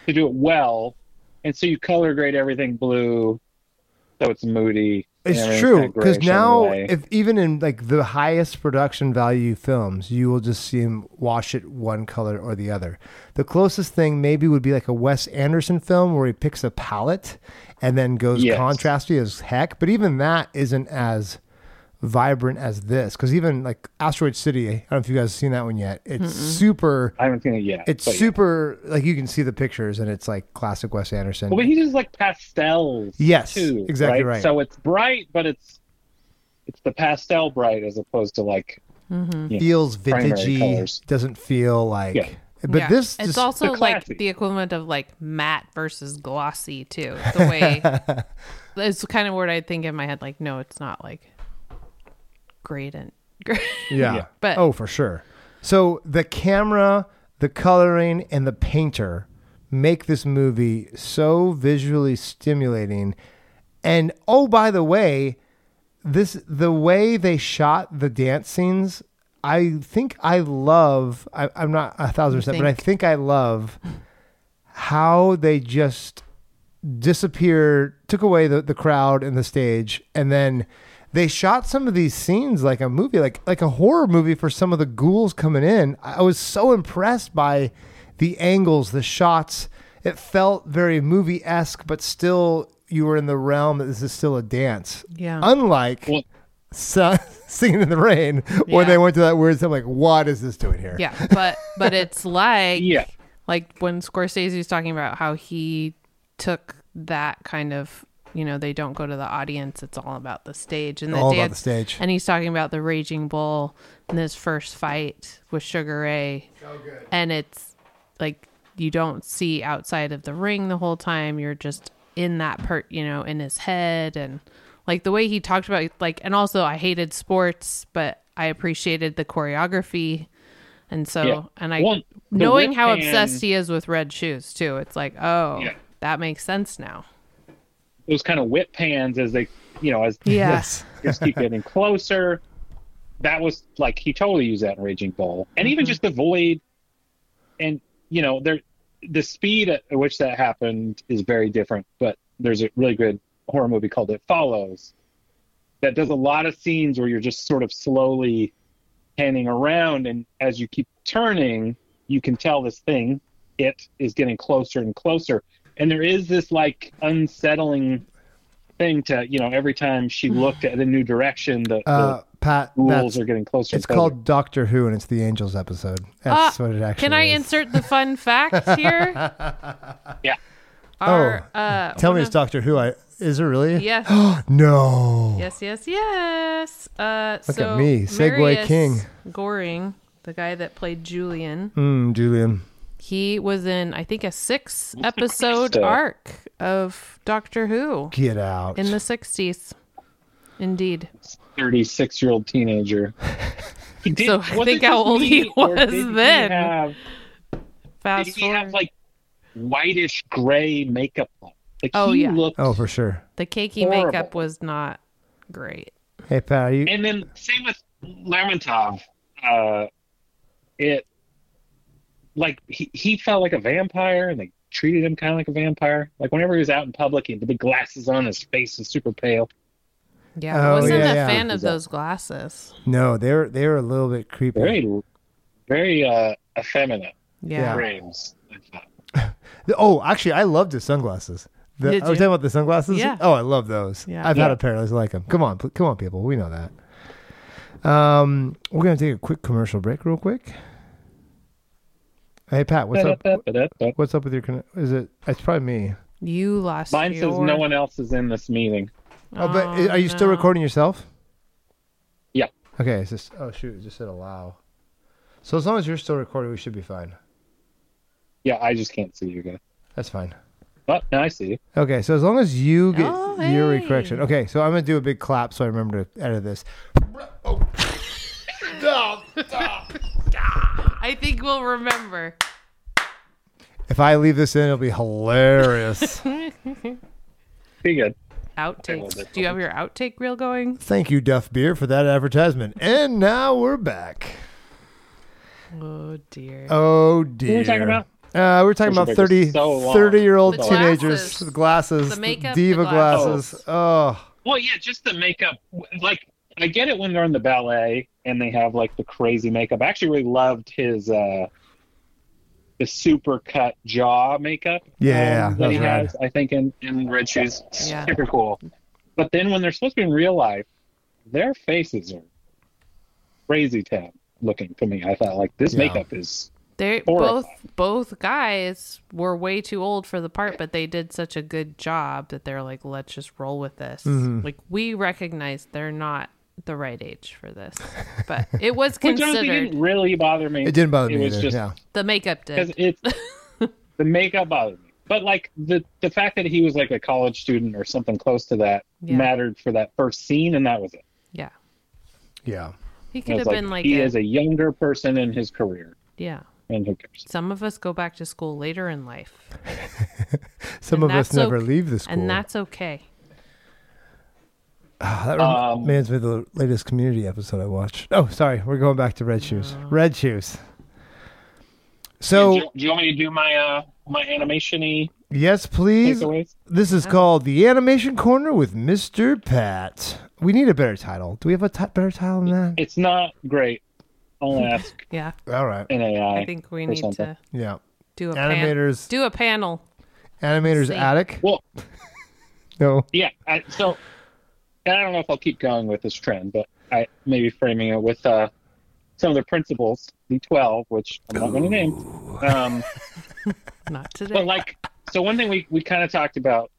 S9: to do it well. And so you color grade everything blue, so it's moody. and
S8: it's
S9: everything's
S8: true
S9: kinda
S8: because
S9: grayish
S8: now,
S9: in a way.
S8: if even in like the highest production value films, you will just see him wash it one color or the other. The closest thing maybe would be like a Wes Anderson film where he picks a palette and then goes
S9: Yes.
S8: contrasty as heck. But even that isn't as vibrant as this because even like Asteroid City, I don't know if you guys have seen that one yet. It's super.
S9: I haven't seen it yet.
S8: It's
S9: but yeah.
S8: super like you can see the pictures and it's like classic Wes Anderson.
S9: Well, but he does like pastels.
S8: Yes,
S9: too,
S8: exactly right.
S9: So it's bright, but it's it's the pastel bright as opposed to like
S8: feels
S9: Primary
S8: vintagey.
S9: colours.
S8: Doesn't feel like.
S9: Yeah.
S8: But
S3: Yeah.
S8: this
S3: it's
S8: just,
S3: also
S9: They're
S3: like
S9: classy.
S3: the equivalent of like matte versus glossy too. The way it's kind of what I think in my head. Like, no, it's not like gradient.
S8: yeah.
S3: But-
S8: oh, for sure. So the camera, the coloring, and the painter make this movie so visually stimulating. And oh, by the way, this the way they shot the dance scenes. I think I love. I, I'm not a thousand percent, but I think I love how they just disappeared, took away the, the crowd and the stage, and then they shot some of these scenes like a movie, like like a horror movie for some of the ghouls coming in. I I was so impressed by the angles, the shots. It felt very movie esque, but still you were in the realm that this is still a dance.
S3: Yeah.
S8: Unlike
S9: Well-
S8: Sa- singing in the rain when
S3: Yeah.
S8: they went to that weird. I'm like, what is this doing here?
S3: Yeah, but but it's like
S9: yeah.
S3: like when Scorsese's talking about how he took that kind of you know they don't go to the audience it's all about the stage and the
S8: All about
S3: dance
S8: the stage.
S3: and he's talking about the raging bull in his first fight with Sugar Ray and it's like you don't see outside of the ring the whole time you're just in that part you know in his head and like the way he talked about like and also I hated sports but I appreciated the choreography and so
S9: Yeah.
S3: and I
S9: Well, the
S3: knowing how
S9: Whip Man-
S3: obsessed he is with red shoes too it's like oh
S9: Yeah.
S3: that makes sense now
S9: Those kind of whip pans as they, you know, as
S3: yes
S9: just keep getting closer. That was like he totally used that in Raging Bull, and even just the void, and you know, there the speed at which that happened is very different. But there's a really good horror movie called It Follows that does a lot of scenes where you're just sort of slowly panning around, and as you keep turning, you can tell this thing it is getting closer and closer, and there is this like unsettling thing to you know every time she looked at a new direction the, the
S8: Hmm. Uh, Pat,
S9: rules
S8: that's
S9: are getting closer.
S8: It's
S9: and closer.
S8: called Doctor Who, and it's the Angels episode. That's
S3: Ah,
S8: what it actually.
S3: can i
S8: is.
S3: insert the fun fact here
S9: Yeah.
S3: Our,
S8: Oh,
S3: uh,
S8: Tell
S3: one
S8: me, it's
S3: of-
S8: Doctor Who. I is it really?
S3: yes
S8: No.
S3: yes yes yes uh
S8: Look at
S3: so
S8: me, Segway
S3: Marius
S8: King.
S3: goring the guy that played julian
S8: Mm, Julian.
S3: he was in i think a six episode
S9: Christo.
S3: arc of doctor who
S8: Get out.
S3: in the 60s indeed
S9: thirty-six-year-old teenager. He did,
S3: So I
S9: was it
S3: think
S9: just
S3: how old he
S9: me, or
S3: was
S9: did he
S3: then.
S9: have-
S3: fast
S9: Did he
S3: forward
S9: have like whitish gray makeup on? Like
S3: Oh,
S9: he
S3: yeah.
S9: looked.
S8: oh, for sure.
S3: the cakey
S9: horrible.
S3: makeup was not great
S8: Hey, Pat, are you?
S9: And then same with Lermontov. Uh, it like he, he felt like a vampire and they treated him kind of like a vampire. Like whenever he was out in public, he had the big glasses on, his face was super pale.
S3: Yeah, I
S8: Oh,
S3: wasn't
S8: yeah,
S3: a
S8: yeah.
S3: fan of those glasses.
S8: No, they're they're a little bit creepy.
S9: Very, very uh, effeminate
S3: Yeah.
S9: frames. I thought.
S8: The- Oh, actually, I loved his sunglasses. The,
S3: Did
S8: I was
S3: you?
S8: talking about the sunglasses.
S3: Yeah.
S8: Oh, I love those.
S3: Yeah.
S8: I've had
S9: Yeah.
S8: a pair. I like them. Come on, pl- come on, people. We know that. Um, we're gonna take a quick commercial break, real quick. Hey Pat, what's up?
S9: Ba-da-ba-ba-da-ba.
S8: What's up with your? Con- is it? It's probably me.
S3: You lost
S9: Mine says
S3: your-
S9: no one else is in this meeting.
S8: Oh, but i- are you still
S3: no.
S8: recording yourself?
S9: Yeah.
S8: Okay. It's just. Oh shoot! It just said allow. So as long as you're still recording, we should be fine.
S9: Yeah, I just can't see you guys.
S8: That's fine.
S9: Oh, now I see you.
S8: Okay, so as long as you get
S3: Oh,
S8: your
S3: hey.
S8: correction. Okay, so I'm gonna do a big clap so I remember to edit this.
S3: I think we'll remember.
S8: If I leave this in, it'll be hilarious.
S9: Be good.
S3: Outtakes. Do you have your outtake reel going?
S8: Thank you, Duff Beer, for that advertisement. And now we're back.
S3: Oh dear.
S8: Oh dear.
S9: What were we talking about?
S8: Uh, we were talking
S9: Commercial
S8: about
S9: break
S8: 30,
S9: is so long.
S8: 30 year old
S3: The
S8: teenagers,
S3: glasses.
S8: the glasses,
S3: The makeup,
S8: diva
S3: the glasses.
S8: glasses. Oh,
S9: Well, yeah, just the makeup. Like, I get it when they're in the ballet and they have like the crazy makeup. I actually really loved his uh the super cut jaw makeup.
S8: Yeah,
S9: um,
S8: that
S9: that he
S8: was rad.
S9: has. I think in in Red Shoes,
S3: Yeah.
S9: super cool. But then when they're supposed to be in real life, their faces are crazy tab looking to me. I thought like this
S8: Yeah.
S9: makeup is
S3: They both
S9: horrifying.
S3: both guys were way too old for the part, but they did such a good job that they're like, let's just roll with this.
S9: Mm-hmm.
S3: Like we recognize they're not the right age for this, but it was
S9: which honestly
S3: considered.
S9: didn't really bother me.
S8: it didn't bother
S9: It
S8: me
S9: was
S8: either.
S9: just
S8: yeah.
S3: The makeup did.
S9: because it's the makeup bothered me. But like the the fact that he was like a college student or something close to that
S3: Yeah.
S9: mattered for that first scene, and that was it.
S3: yeah,
S8: Yeah.
S3: he
S9: It
S3: could
S9: was
S3: have
S9: like,
S3: been like,
S9: he
S3: a-
S9: is a younger person in his career,
S3: yeah.
S9: and who cares?
S3: Some of us go back to school later in life,
S8: Some
S3: And
S8: of us
S3: that's so-
S8: never leave the school.
S3: and that's okay.
S8: That
S9: Um,
S8: reminds me of the latest community episode I watched. Oh, sorry, we're going back to Red Shoes. Red Shoes.
S9: do, you,
S8: So,
S9: do you want me to do my uh my animation-y
S8: yes, please.
S9: takeaways?
S8: This is called The Animation Corner with Mr. Pat. We need a better title. Do we have a ti- better title than
S9: It's not great. I'll ask
S3: Yeah,
S8: that? All right.
S9: an AI.
S3: I think we
S9: or
S3: need
S9: something.
S3: to
S8: Yeah.
S3: do a
S8: Animators.
S3: Pan- do a panel.
S8: Animator's
S3: See.
S8: Attic.
S9: Well,
S8: No.
S9: yeah. I, so and I don't know if I'll keep going with this trend, but I maybe framing it with uh some of the principles, the twelve, which I'm not going to name. Um,
S3: Not
S9: but
S3: today.
S9: like so one thing we, we kind of talked about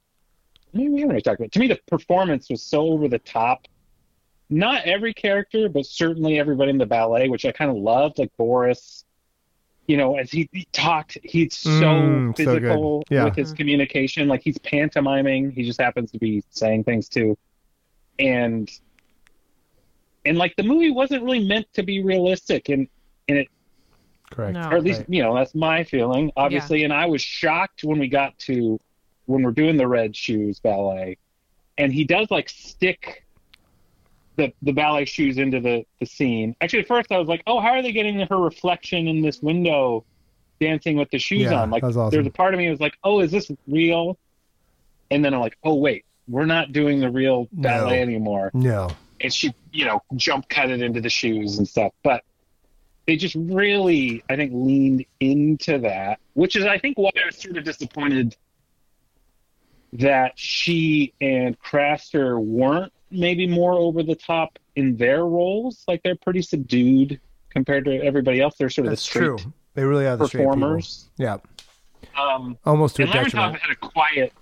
S9: maybe we haven't really talked about to me the performance was so over the top not every character but certainly everybody in the ballet which i kind of loved like boris you know as he, he talked he's so
S8: Mm, so good.
S9: physical
S8: Yeah.
S9: with his communication like he's pantomiming he just happens to be saying things too and and like the movie wasn't really meant to be realistic and and it
S8: Correct.
S3: No.
S9: or at least
S8: Right.
S9: you know that's my feeling obviously and i was shocked when we got to when we're doing the red shoes ballet and he does like stick the, the ballet shoes into the, the scene actually at first i was like oh how are they getting her reflection in this window dancing with the shoes
S8: Yeah,
S9: on like
S8: that was awesome.
S9: there's a part of me that was like oh is this real and then i'm like oh wait we're not doing the real ballet anymore
S8: No.
S9: and she, you know, jump cut it into the shoes and stuff. But they just really, I think, leaned into that, which is, I think, why I was sort of disappointed that she and Craster weren't maybe more over the top in their roles. Like they're pretty subdued compared to everybody else. They're sort of
S8: That's
S9: the straight
S8: true. They really are the straight people.
S9: performers.
S8: Yeah.
S9: Um,
S8: Almost to a
S9: and
S8: detriment.
S9: Lermontov had a quiet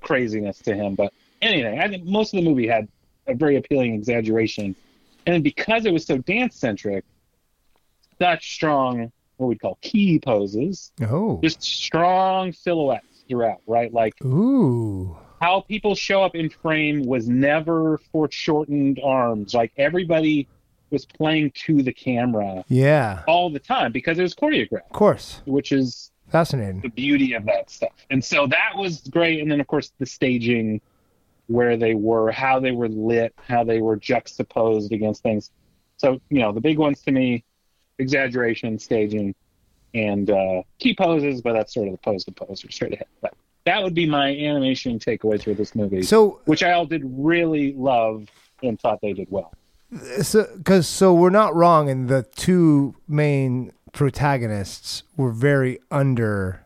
S9: craziness to him, but anyway, I think most of the movie had a very appealing exaggeration, and then because it was so dance centric, such strong what we call key poses,
S8: Oh.
S9: just strong silhouettes throughout, right? Like
S8: Ooh.
S9: how people show up in frame was never foreshortened arms. Like everybody was playing to the camera
S8: Yeah.
S9: all the time because it was choreographed,
S8: Of course.
S9: which is
S8: Fascinating.
S9: the beauty of that stuff. And so that was great. And then, of course, the staging, where they were, how they were lit, how they were juxtaposed against things. So, you know, the big ones to me, exaggeration, staging, and uh, key poses, but that's sort of the pose to pose or straight ahead. But that would be my animation takeaway through this movie,
S8: So
S9: which I all did really love and thought they did well.
S8: so because so we're not wrong and the two main protagonists were very under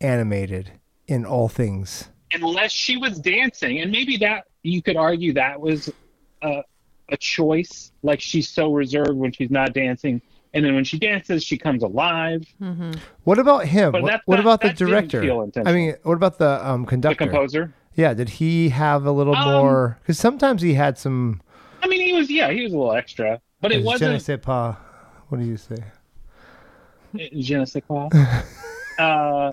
S8: animated in all things
S9: unless she was dancing and maybe that you could argue that was a, a choice like she's so reserved when she's not dancing and then when she dances she comes alive
S8: what about him
S9: But
S8: what,
S9: that-
S8: what
S9: that-
S8: about the
S9: that didn't
S8: director
S9: feel intentional.
S8: i mean what about the um
S9: the
S8: conductor
S9: composer Um,
S8: yeah did he have a little more because sometimes he had some
S9: i mean he was yeah he was a little extra but it
S8: je ne
S9: wasn't
S8: sais pas what do you say
S9: je ne sais quoi uh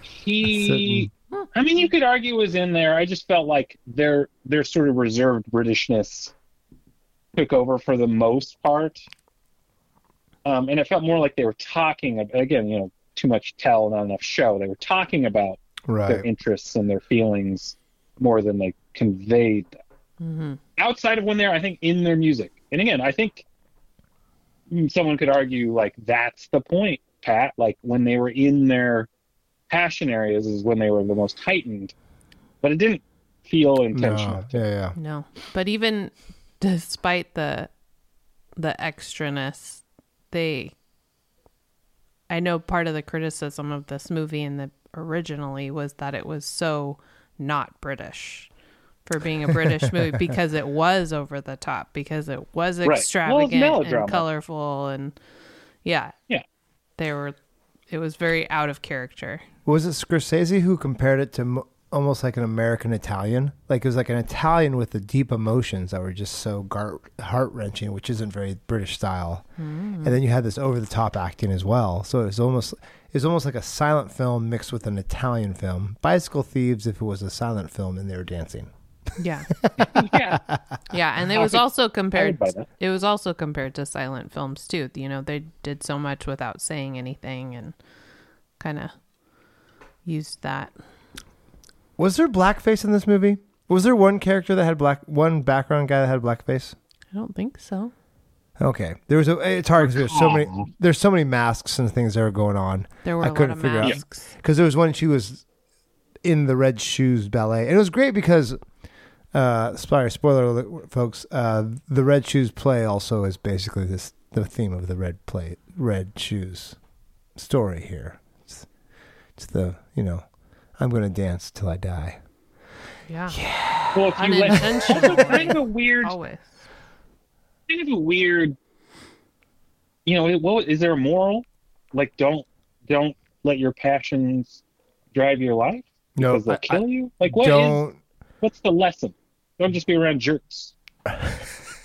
S9: he i mean you could argue was in there i just felt like their their sort of reserved britishness took over for the most part. Um, and it felt more like they were talking ab- again, you know, too much tell, not enough show. They were talking about their
S8: right
S9: interests and their feelings more than they conveyed. them. Outside of when they're, I think, in their music. And again, I think mm, someone could argue like that's the point, Pat. Like when they were in their passion areas is when they were the most heightened. But it didn't feel intentional.
S8: no, yeah yeah
S3: No, but even despite the the extraness, they. I know part of the criticism of this movie and the originally was that it was so not British for being a British movie because it was over the top because it was
S9: Well, it's
S3: extravagant
S9: melodrama.
S3: and colorful and yeah
S9: Yeah.
S3: they were it was very out of character
S8: was it Scorsese who compared it to m- almost like an American Italian? Like it was like an Italian with the deep emotions that were just so gar- heart wrenching, which isn't very British style.
S3: Hmm.
S8: And then you had this over the top acting as well. So it was almost it was almost like a silent film mixed with an Italian film. Bicycle Thieves, if it was a silent film, and they were dancing.
S3: yeah
S9: yeah.
S3: Yeah, and it was also compared.
S9: buy that.
S3: It was also compared to silent films too. You know, they did so much without saying anything and kind of used that.
S8: Was there blackface in this movie? Was there one character that had black one background guy that had blackface?
S3: I don't think so.
S8: Okay, there was a. It's hard because there's so many. There's so many masks and things that are going on.
S3: There were
S8: I
S3: a lot
S8: couldn't
S3: of
S8: figure out.
S3: masks.
S8: because there was one she was in the red shoes ballet, and it was great because, uh, sorry, spoiler alert, folks, uh, the red shoes play also is basically this the theme of the red play red shoes story here. It's, it's the you know, I'm gonna dance till I die.
S3: Yeah,
S9: Well, if you let kind of
S3: unintentionally.
S9: a weird,
S3: always.
S9: kind of a weird. You know, what is there a moral? Like, don't don't let your passions drive your life
S8: No,
S9: because they'll
S8: I- I
S9: kill you. Like, what is-
S8: don't.
S9: what's the lesson? Don't just be around jerks.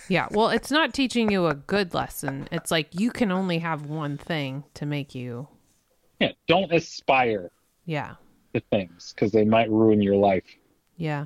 S3: Yeah, well, it's not teaching you a good lesson. It's like you can only have one thing to make you.
S9: Yeah, don't aspire
S3: Yeah,
S9: to things because they might ruin your life.
S3: yeah,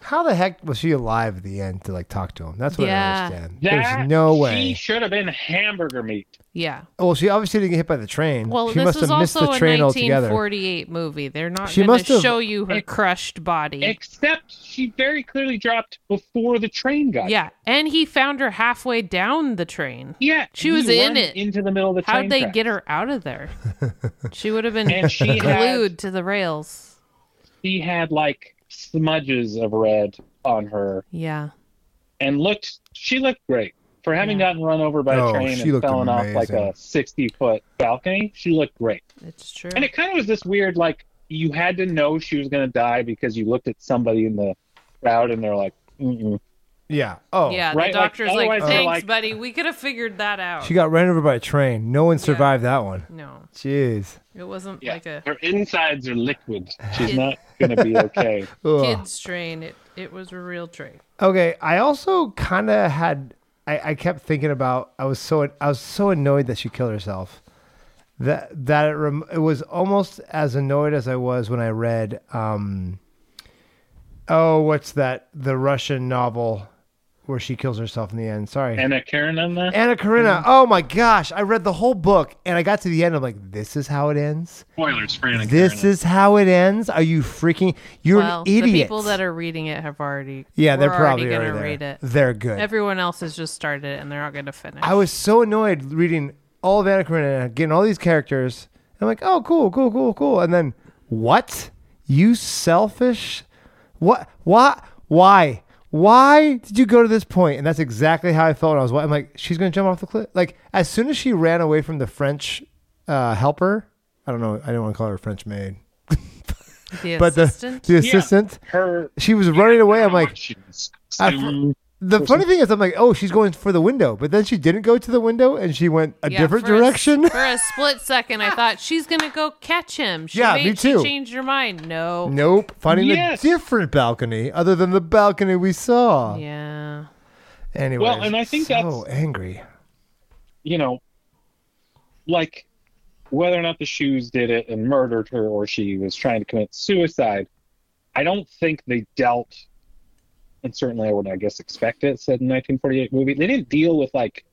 S8: How the heck was she alive at the end to like talk to him? That's what
S3: Yeah.
S8: I don't understand.
S9: That,
S8: There's no
S9: She
S8: way.
S9: should have been hamburger meat.
S3: yeah.
S8: well, she obviously didn't get hit by the train.
S3: Well,
S8: she
S3: this
S8: must
S3: is
S8: have missed
S3: also
S8: the
S3: a
S8: train altogether.
S3: 1948 movie. They're not
S8: She
S3: going
S8: must
S3: to
S8: have-
S3: show you her
S9: Ex-
S3: crushed body.
S9: Except she very clearly dropped before the train got.
S3: Yeah, and he found her halfway down the train.
S9: there. Yeah,
S3: She
S9: he
S3: was in
S9: went
S3: it.
S9: into the middle of the train.
S3: How'd they
S9: tracks.
S3: get her out of there? She would have been
S9: And she had-
S3: glued to the rails.
S9: she had like smudges of red on her
S3: Yeah,
S9: and looked she looked great for having gotten run over by
S8: Oh,
S9: a train
S8: she
S9: and
S8: looked
S9: falling off like a
S8: amazing.
S9: 60 foot balcony she looked great
S3: it's true.
S9: and it kind of was this weird like you had to know she was going to die because you looked at somebody in the crowd and they're like Mm-mm.
S8: yeah. Oh.
S3: yeah,
S9: right, like,
S3: the doctor's like,
S9: otherwise they're
S3: thanks,
S9: like-
S3: buddy. We could have figured that out.
S8: She got ran over by a train. No one survived that one.
S3: no,
S8: Jeez.
S3: it wasn't
S9: yeah.
S3: like a
S9: her insides are liquid she's not going to be okay
S8: Ugh.
S3: kid's train. It it was a real train.
S8: Okay. I also kind of had. I, I kept thinking about. I was so. I was so annoyed that she killed herself. That that it, rem, it was almost as annoyed as I was when I read. um Oh, what's that? The Russian novel where she kills herself in the end. Sorry.
S9: Anna Karen on that?
S8: Anna Karina. Oh my gosh, I read the whole book and I got to the end. I'm like, this is how it ends.
S9: Spoilers for Anna
S8: This is how it ends. Are you freaking? You're
S3: well,
S8: an idiot.
S3: the people that are reading it have already
S8: yeah, they're
S3: were
S8: probably
S3: already gonna
S8: already there.
S3: read it.
S8: They're good.
S3: Everyone else has just started it and they're not gonna finish.
S8: I was so annoyed reading all of Anna Karenina, getting all these characters. I'm like, oh, cool, cool, cool, cool. And then what? You selfish? What? What? Why? Why did you go to this point? And that's exactly how I felt. When I was. wa- I'm like, she's gonna jump off the cliff. Like as soon as she ran away from the French uh, helper, I don't know. I don't want to call her French maid,
S3: the
S8: but the
S3: assistant?
S8: the assistant.
S9: Her
S8: She was running away. I'm like,
S9: she was
S8: I fr-
S9: soon-
S8: the funny thing is, I'm like, oh, she's going for the window, but then she didn't go to the window, and she went a
S3: Yeah,
S8: different
S3: for a s-
S8: direction.
S3: for a split second, I thought she's gonna go catch him. She
S8: Yeah,
S3: made
S8: me
S3: you
S8: too.
S3: Change your mind? No.
S8: Nope. Finding
S9: Yes.
S8: a different balcony other than the balcony we saw.
S3: Yeah.
S8: Anyway.
S9: Well, and I think
S8: so
S9: that's-
S8: angry.
S9: you know, like whether or not the shoes did it and murdered her or she was trying to commit suicide, I don't think they dealt, and certainly I would, I guess, expect it, said in 1948 movie. They didn't deal with like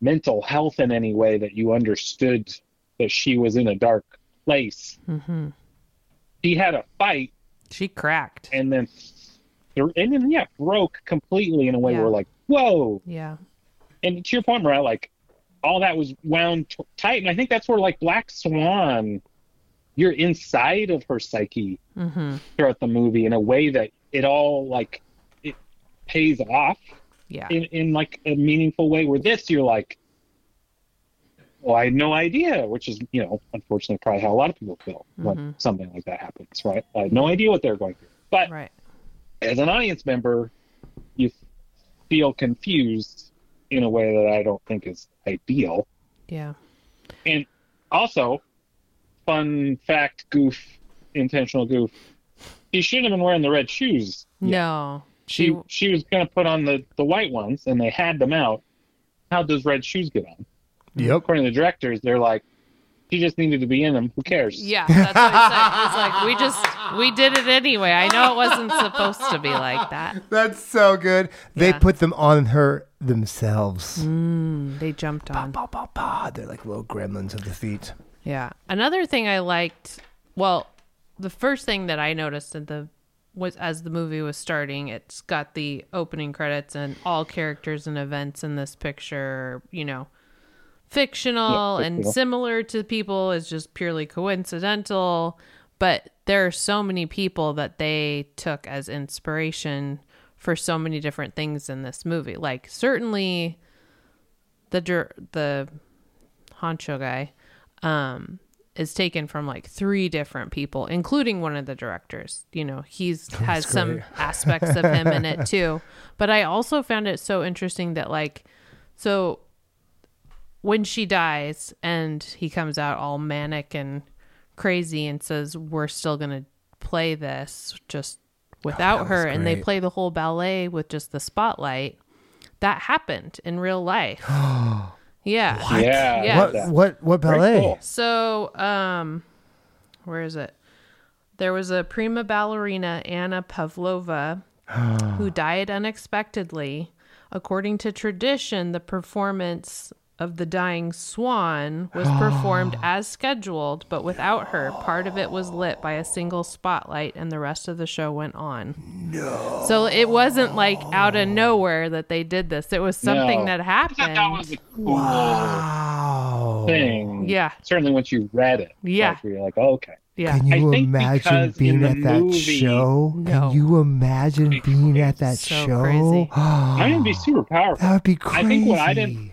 S9: mental health in any way that you understood that she was in a dark place. She had a fight
S3: Mm-hmm. She cracked.
S9: and then, and then, yeah, broke completely in a way
S3: Yeah.
S9: where, like, whoa,
S3: Yeah.
S9: and to your point, Mariah, like all that was wound t- tight, and I think that's where like Black Swan, you're inside of her psyche
S3: Mm-hmm.
S9: throughout the movie in a way that it all like it pays off
S3: Yeah.
S9: in in like a meaningful way. Where this, you're like, well, I had no idea, which is you know unfortunately probably how a lot of people feel when something like that happens, right? I had no idea what they're going through, but
S3: Right.
S9: as an audience member, you feel confused in a way that I don't think is ideal.
S3: Yeah.
S9: And also, fun fact, goof, intentional goof. She shouldn't have been wearing the red shoes.
S3: No.
S9: She she was gonna put on the the white ones, and they had them out. How does red shoes get on?
S8: Yep.
S9: According to the directors, they're like, she just needed to be in them. Who cares?
S3: Yeah, that's what I said. It was like, we just, we did it anyway. I know it wasn't supposed to be like that.
S8: That's so good. They
S3: Yeah. Mm.
S8: put them on her themselves.
S3: They jumped on.
S8: Bah, bah, bah. They're like little gremlins of the feet.
S3: Yeah. Another thing I liked, well, the first thing that I noticed in the was as the movie was starting, it's got the opening credits and all characters and events in this picture, you know, fictional
S9: Yeah,
S3: and
S9: fictional.
S3: similar to people is just purely coincidental, but there are so many people that they took as inspiration for so many different things in this movie. Like certainly the dir- the honcho guy um is taken from like three different people including one of the directors you know he's has some aspects of him in it too but i also found it so interesting that like so when she dies and he comes out all manic and crazy and says we're still going to play this just without her and they play the whole ballet with just the spotlight that happened in real life yeah
S9: Yeah.
S3: Yeah.
S8: What, what, what ballet?
S9: cool.
S3: so, um, where is it? There was a prima ballerina, Anna Pavlova, who died unexpectedly. According to tradition, the performance of the dying swan was performed as scheduled, but without her. Part of it was lit by a single spotlight, and the rest of the show went on. No. So it wasn't like out of nowhere that they did this. It was something
S9: No.
S3: that
S9: I thought
S3: happened.
S9: that was a cool
S8: Wow.
S9: thing.
S3: Yeah.
S9: Certainly once you read it.
S3: Yeah.
S9: Like, you're like, oh, okay.
S3: yeah.
S8: Can
S9: I
S8: you
S9: think
S8: imagine
S9: because
S8: being
S9: in
S8: at
S9: the
S8: that
S9: movie-
S8: show?
S3: No.
S8: Can you imagine being at that
S3: So
S8: show?
S3: crazy.
S9: I mean, it'd be super powerful.
S8: That would be crazy.
S9: I think what I didn't-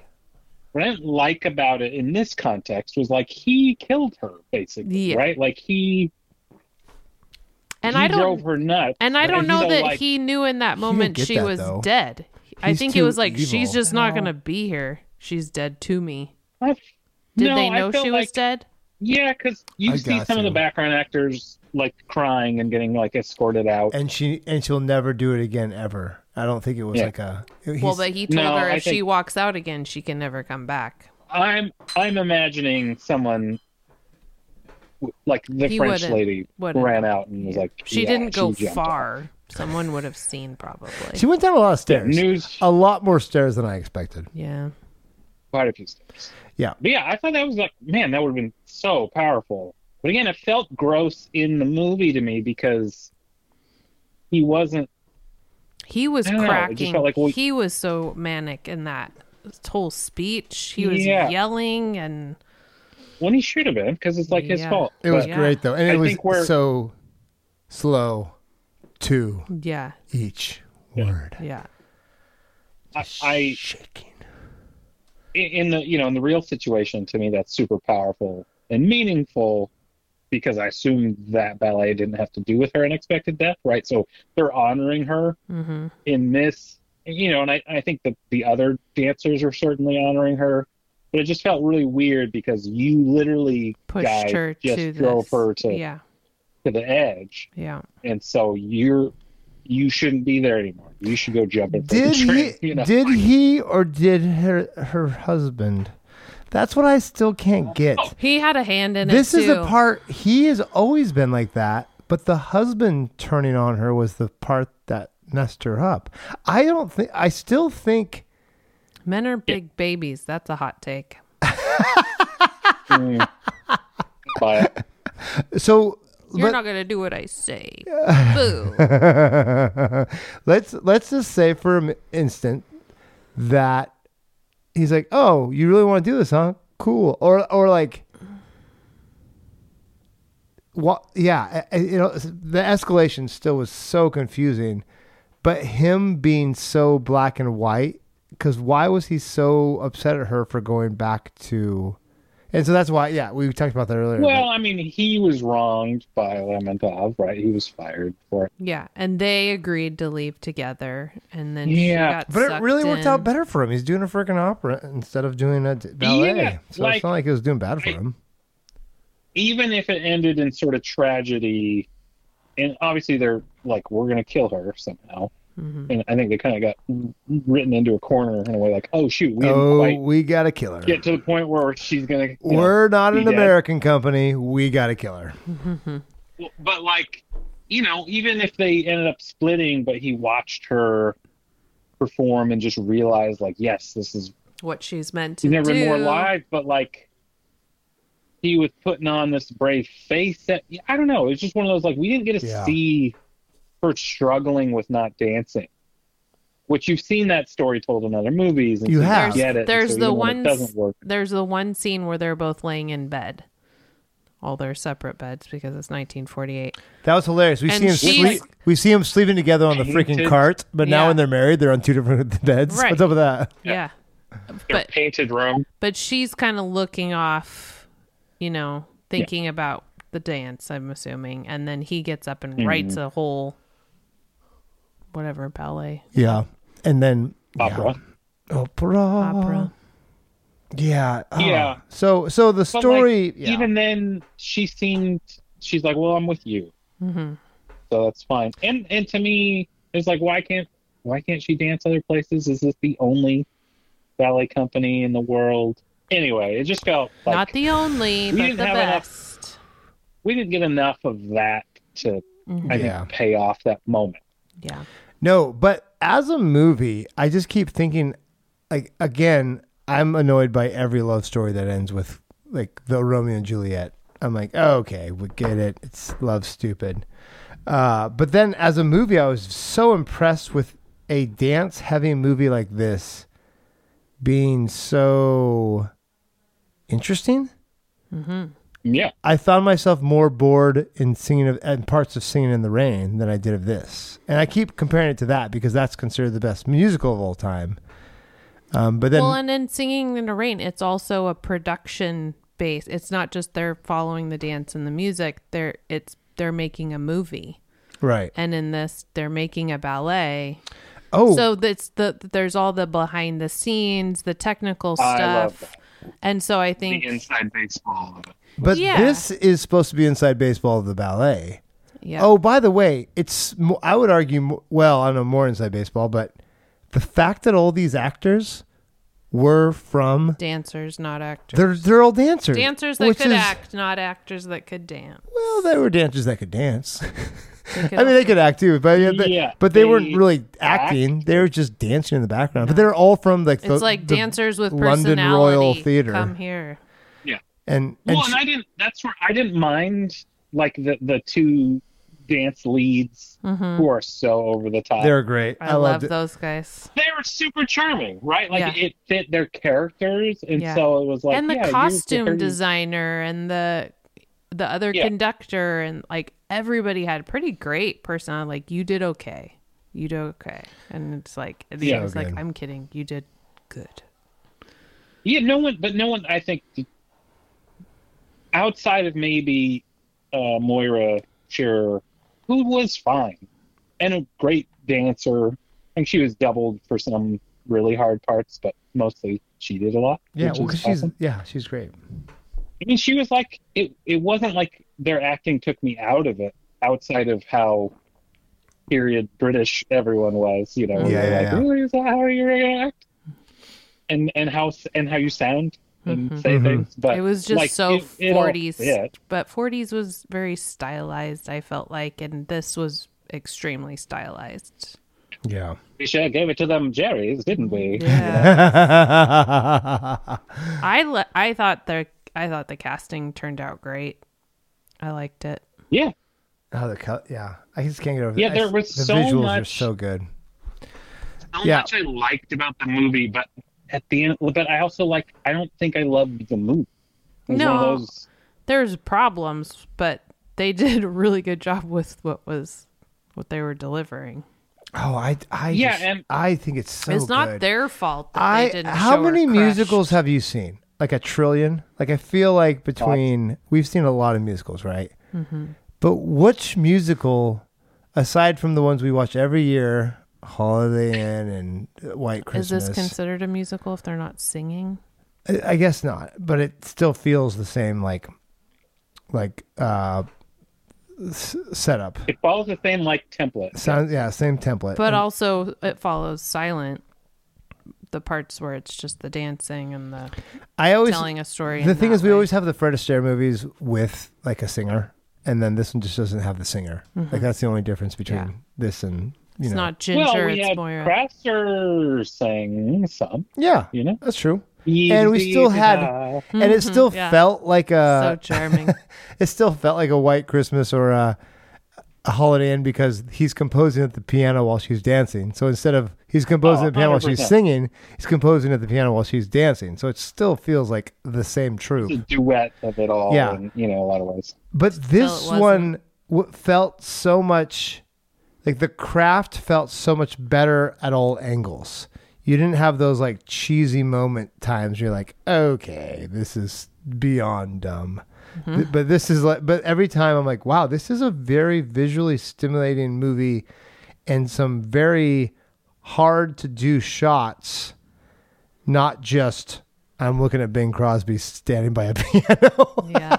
S9: what I didn't like about it in this context was like he killed her basically,
S3: Yeah.
S9: right? Like he
S3: and
S9: he
S3: I don't
S9: drove her nuts.
S3: And I don't know
S9: so,
S3: that
S9: like,
S3: he knew in that moment
S8: get
S3: she
S8: that,
S3: was
S8: though.
S3: dead. I
S8: He's
S3: think he
S8: too
S3: was like, she's
S8: evil.
S3: just not going to be here. She's dead to me.
S9: I-
S3: Did
S9: no,
S3: they
S9: I
S3: know
S9: felt
S3: she
S9: like,
S3: was dead?
S9: Yeah, because you
S8: I
S9: see
S8: got
S9: some of the
S8: you.
S9: background actors like crying and getting like escorted out.
S8: and she and she'll never do it again ever. I don't think it was
S9: Yeah.
S8: like a. he's-
S3: Well, but he told
S9: No,
S3: her
S9: I
S3: if she
S9: think-
S3: walks out again, she can never come back.
S9: I'm I'm imagining someone like the
S3: He
S9: French
S3: wouldn't-
S9: lady
S3: wouldn't.
S9: ran out and was like,
S3: She
S9: yeah,
S3: didn't go
S9: jumped off.
S3: far. Someone would have seen probably.
S8: She went down a lot of stairs.
S9: News,
S8: a lot more stairs than I expected.
S3: yeah.
S9: quite a few steps.
S8: Yeah.
S9: but yeah, I thought that was like, man, that would have been so powerful. But again, it felt gross in the movie to me because he wasn't.
S3: He was
S9: I don't know, it just
S3: cracking.
S9: felt like we-
S3: he was so manic in that whole speech. He was
S9: Yeah.
S3: yelling and
S9: When he should have been, because it's like his
S3: Yeah.
S9: fault.
S8: It was
S9: But-
S3: Yeah.
S8: great though, and it
S9: I
S8: was
S9: think we're-
S8: so slow. Two
S3: yeah,
S8: each word.
S3: yeah.
S9: I, I
S8: Shaking.
S9: in- in the you know in the real situation to me that's super powerful and meaningful because i assume that ballet didn't have to do with her unexpected death right so they're honoring her
S3: Mm-hmm.
S9: in this you know and i, I think that the other dancers are certainly honoring her but it just felt really weird because you literally
S3: Pushed
S9: guys,
S3: her
S9: just
S3: to
S9: drove
S3: this.
S9: her to,
S3: yeah,
S9: to the edge
S3: yeah.
S9: and so you're you shouldn't be there anymore you should go jump in front of
S8: Did
S9: the train,
S8: he?
S9: you know?
S8: Did he or did her her husband? That's what I still can't get.
S3: He had a hand in
S8: This
S3: it.
S8: is the
S3: too.
S8: part he has always been like that, but the husband turning on her was the part that messed her up. I don't think. I still think.
S3: Men are big babies. That's a hot take.
S9: But-
S8: So
S3: You're
S8: let-
S3: not gonna do what I say. Boo.
S8: let's let's just say for an instant that he's like, "Oh, you really want to do this, huh? Cool." Or or like, what? Yeah, I- I- you know, the escalation still was so confusing, but him being so black and white. Because why was he so upset at her for going back to? And so that's why, yeah, we talked about that earlier. but-
S9: Well, I mean, he was wronged by Lamentov, right? He was fired for it.
S3: Yeah, and they agreed to leave together, and then
S9: Yeah.
S3: she got
S8: But it
S3: sucked
S8: really worked
S3: in.
S8: out better for him. He's doing a freaking opera instead of doing a d- ballet.
S9: Yeah,
S8: so it's
S9: like-
S8: not like it was doing bad for him.
S9: Even if it ended in sort of tragedy, and obviously they're like, we're going to kill her somehow. And I think they kind of got written into a corner in a way, like, oh, shoot, we didn't
S8: Oh,
S9: quite
S8: we got to kill her.
S9: get to the point where she's going to.
S8: We're not
S9: be
S8: an
S9: dead.
S8: American company. We got to kill her.
S9: But, like, you know, even if they ended up splitting, but he watched her perform and just realized, like, yes, this is
S3: What she's meant to
S9: he's never
S3: do.
S9: been more alive, but like he was putting on this brave face that I don't know. It's just one of those like we didn't get to
S8: Yeah.
S9: see her struggling with not dancing, which you've seen that story told in other movies. And
S8: You
S9: so
S8: have.
S9: get it. and
S3: There's
S9: so
S3: the
S9: even when
S3: one.
S9: it doesn't work.
S3: There's the one scene where they're both laying in bed, all their separate beds because it's 1948.
S8: That was hilarious. We
S3: And
S8: see him
S3: she's-
S8: sleep. We see him sleeping together on the freaking
S9: Painted.
S8: cart, but now
S3: Yeah.
S8: when they're married, they're on two different beds.
S3: Right.
S8: What's up with that?
S3: Yeah,
S9: Their
S3: but-
S9: painted room.
S3: but she's kind of looking off, you know, thinking about the dance. I'm assuming, and then he gets up and
S9: Mm-hmm.
S3: writes a whole whatever ballet
S8: Yeah, and then
S9: Opera.
S8: yeah. opera,
S3: opera.
S8: Yeah, Ah.
S9: Yeah.
S8: So, so the
S9: But, like,
S8: story, yeah.
S9: Even then, she seemed. She's like, "Well, I'm with you,"
S3: Mm-hmm.
S9: so that's fine. And and to me, it's like, why can't why can't she dance other places? Is this the only ballet company in the world? Anyway, it just felt like
S3: Not the only, but the
S9: didn't have enough-
S3: best.
S9: we didn't get enough of that to,
S3: Mm-hmm.
S9: I
S8: Yeah.
S9: think, pay off that moment.
S3: Yeah.
S8: No, but as a movie, I just keep thinking, like again, I'm annoyed by every love story that ends with like the Romeo and Juliet. I'm like, oh, okay, we get it. It's love, stupid. Uh, but then as a movie, I was so impressed with a dance heavy movie like this being so interesting.
S9: Yeah,
S8: I found myself more bored in singing of and parts of singing in the rain than I did of this, and I keep comparing it to that because that's considered the best musical of all time. Um, but then,
S3: Well, and in Singing in the Rain, it's also a production base. It's not just they're following the dance and the music. They're it's they're making a movie,
S8: right?
S3: and in this, they're making a ballet.
S8: Oh,
S3: So that's the there's all the behind the scenes, the technical
S9: I
S3: stuff,
S9: love
S3: and so I think
S9: inside baseball of it.
S8: but
S3: yeah.
S8: this is supposed to be inside baseball of the ballet.
S3: yeah,
S8: Oh, by the way, it's mo- I would argue mo- well, I don't know more inside baseball, but the fact that all these actors were from
S3: Dancers, not actors.
S8: they're they're all dancers.
S3: Dancers that
S8: which
S3: could
S8: is-
S3: act, not actors that could dance.
S8: Well, they were dancers that could dance.
S3: could
S8: I mean, they could act too, but yeah, they,
S9: Yeah,
S8: but they,
S9: they
S8: weren't really
S9: act.
S8: acting. They were just dancing in the background. But they're all from like the,
S3: It's like
S8: the
S3: dancers with
S8: London
S3: personality.
S8: Royal Theatre,
S3: Come here.
S8: and and,
S9: well,
S8: she-
S9: and I didn't. That's where I didn't mind like the the two dance leads who are so over the top.
S8: they're great.
S3: Mm-hmm. I,
S8: I, loved
S3: love
S8: it.
S3: those guys.
S9: they were super charming, right? Like
S3: Yeah.
S9: it fit their characters, and
S3: Yeah.
S9: so it was like
S3: and the
S9: yeah, you-
S3: costume
S9: you're-
S3: designer and the the other
S9: Yeah.
S3: conductor and like everybody had pretty great personality. Like you did okay. You did okay. And it's like and yeah,
S9: Yeah.
S3: I was like,
S8: Good.
S3: I'm kidding. You did good.
S9: Yeah, no one, but no one. I think outside of maybe uh, Moira Shearer, who was fine and a great dancer. I think she was doubled for some really hard parts, but mostly she did a lot.
S8: Yeah,
S9: which
S8: well,
S9: is
S8: 'cause she's
S9: awesome.
S8: yeah, she's great.
S9: I mean, she was like it. It wasn't like their acting took me out of it, outside of how period British everyone was. You know,
S8: Yeah,
S9: They're
S8: yeah,
S9: like,
S8: yeah.
S9: "Ooh, is that how you're gonna act? And and how s- and how you sound and say
S8: Mm-hmm.
S9: things. But
S3: Mm-hmm. it was just
S9: like,
S3: so
S9: it- it all
S3: forties.
S9: fit.
S3: But forties was very stylized, I felt like, and this was extremely stylized.
S8: Yeah.
S9: We should have gave it to them Jerry's, didn't we?
S3: Yeah.
S8: yeah,
S3: I le- I thought the I thought the casting turned out great. I liked it.
S9: Yeah,
S8: oh, the co- yeah. I just can't get over.
S9: Yeah,
S8: the-
S9: there
S8: I-
S9: was
S8: the
S9: so
S8: visuals are
S9: much-
S8: so good.
S9: how
S8: Yeah.
S9: much I liked about the movie, but at the end, but I also like. I don't think I loved the movie. It was one of
S3: No.
S9: those-
S3: There's problems, but they did a really good job with what was what they were delivering.
S8: Oh, I I
S9: Yeah,
S8: just-
S9: and-
S8: I think it's so.
S3: it's not
S8: good.
S3: their fault that
S8: I
S3: they didn't.
S8: how
S3: show her
S8: many
S3: crushed.
S8: musicals have you seen? Like a trillion. Like I feel like between we've seen a lot of musicals, right?
S3: Mm-hmm.
S8: But which musical, aside from the ones we watch every year, Holiday Inn and uh, White
S3: Is
S8: Christmas?
S3: this considered a musical if they're not singing?
S8: I, I guess not, but it still feels the same. Like, like uh, s- setup.
S9: It follows the same like template.
S8: Sounds yeah, same template.
S3: But also, it follows silent. The parts where it's just the dancing and the
S8: I always
S3: telling a story.
S8: The
S3: in
S8: thing
S3: that
S8: is, we
S3: way.
S8: always have the Fred Astaire movies with like a singer, and then this one just doesn't have the singer. Like that's the only difference between
S3: Mm-hmm. Yeah.
S8: this and you
S3: It's
S8: know.
S3: not Ginger.
S9: Well, we
S3: it's
S9: had
S3: Moira.
S9: Craster sang some,
S8: yeah,
S9: you know.
S8: that's true. And we still had,
S9: Easy-da.
S8: and it still
S3: Mm-hmm. yeah.
S8: felt like
S3: so
S8: a,
S3: charming.
S8: it still felt like a White Christmas or a, a Holiday Inn because he's composing at the piano while she's dancing. So instead of he's composing
S9: Oh,
S8: at the piano while she's
S9: 100%.
S8: singing, he's composing at the piano while she's dancing. So it still feels like the same truth.
S9: the duet of it all.
S8: Yeah.
S9: in, you know, a lot of ways.
S8: But this
S3: wasn't.
S8: one w- felt so much like the craft felt so much better at all angles. You didn't have those like cheesy moment times. You're like, okay, this is beyond dumb. Th- But this is like, but every time I'm like, wow, this is a very visually stimulating movie and some very hard to do shots, not just I'm looking at Bing Crosby standing by a piano.
S3: yeah,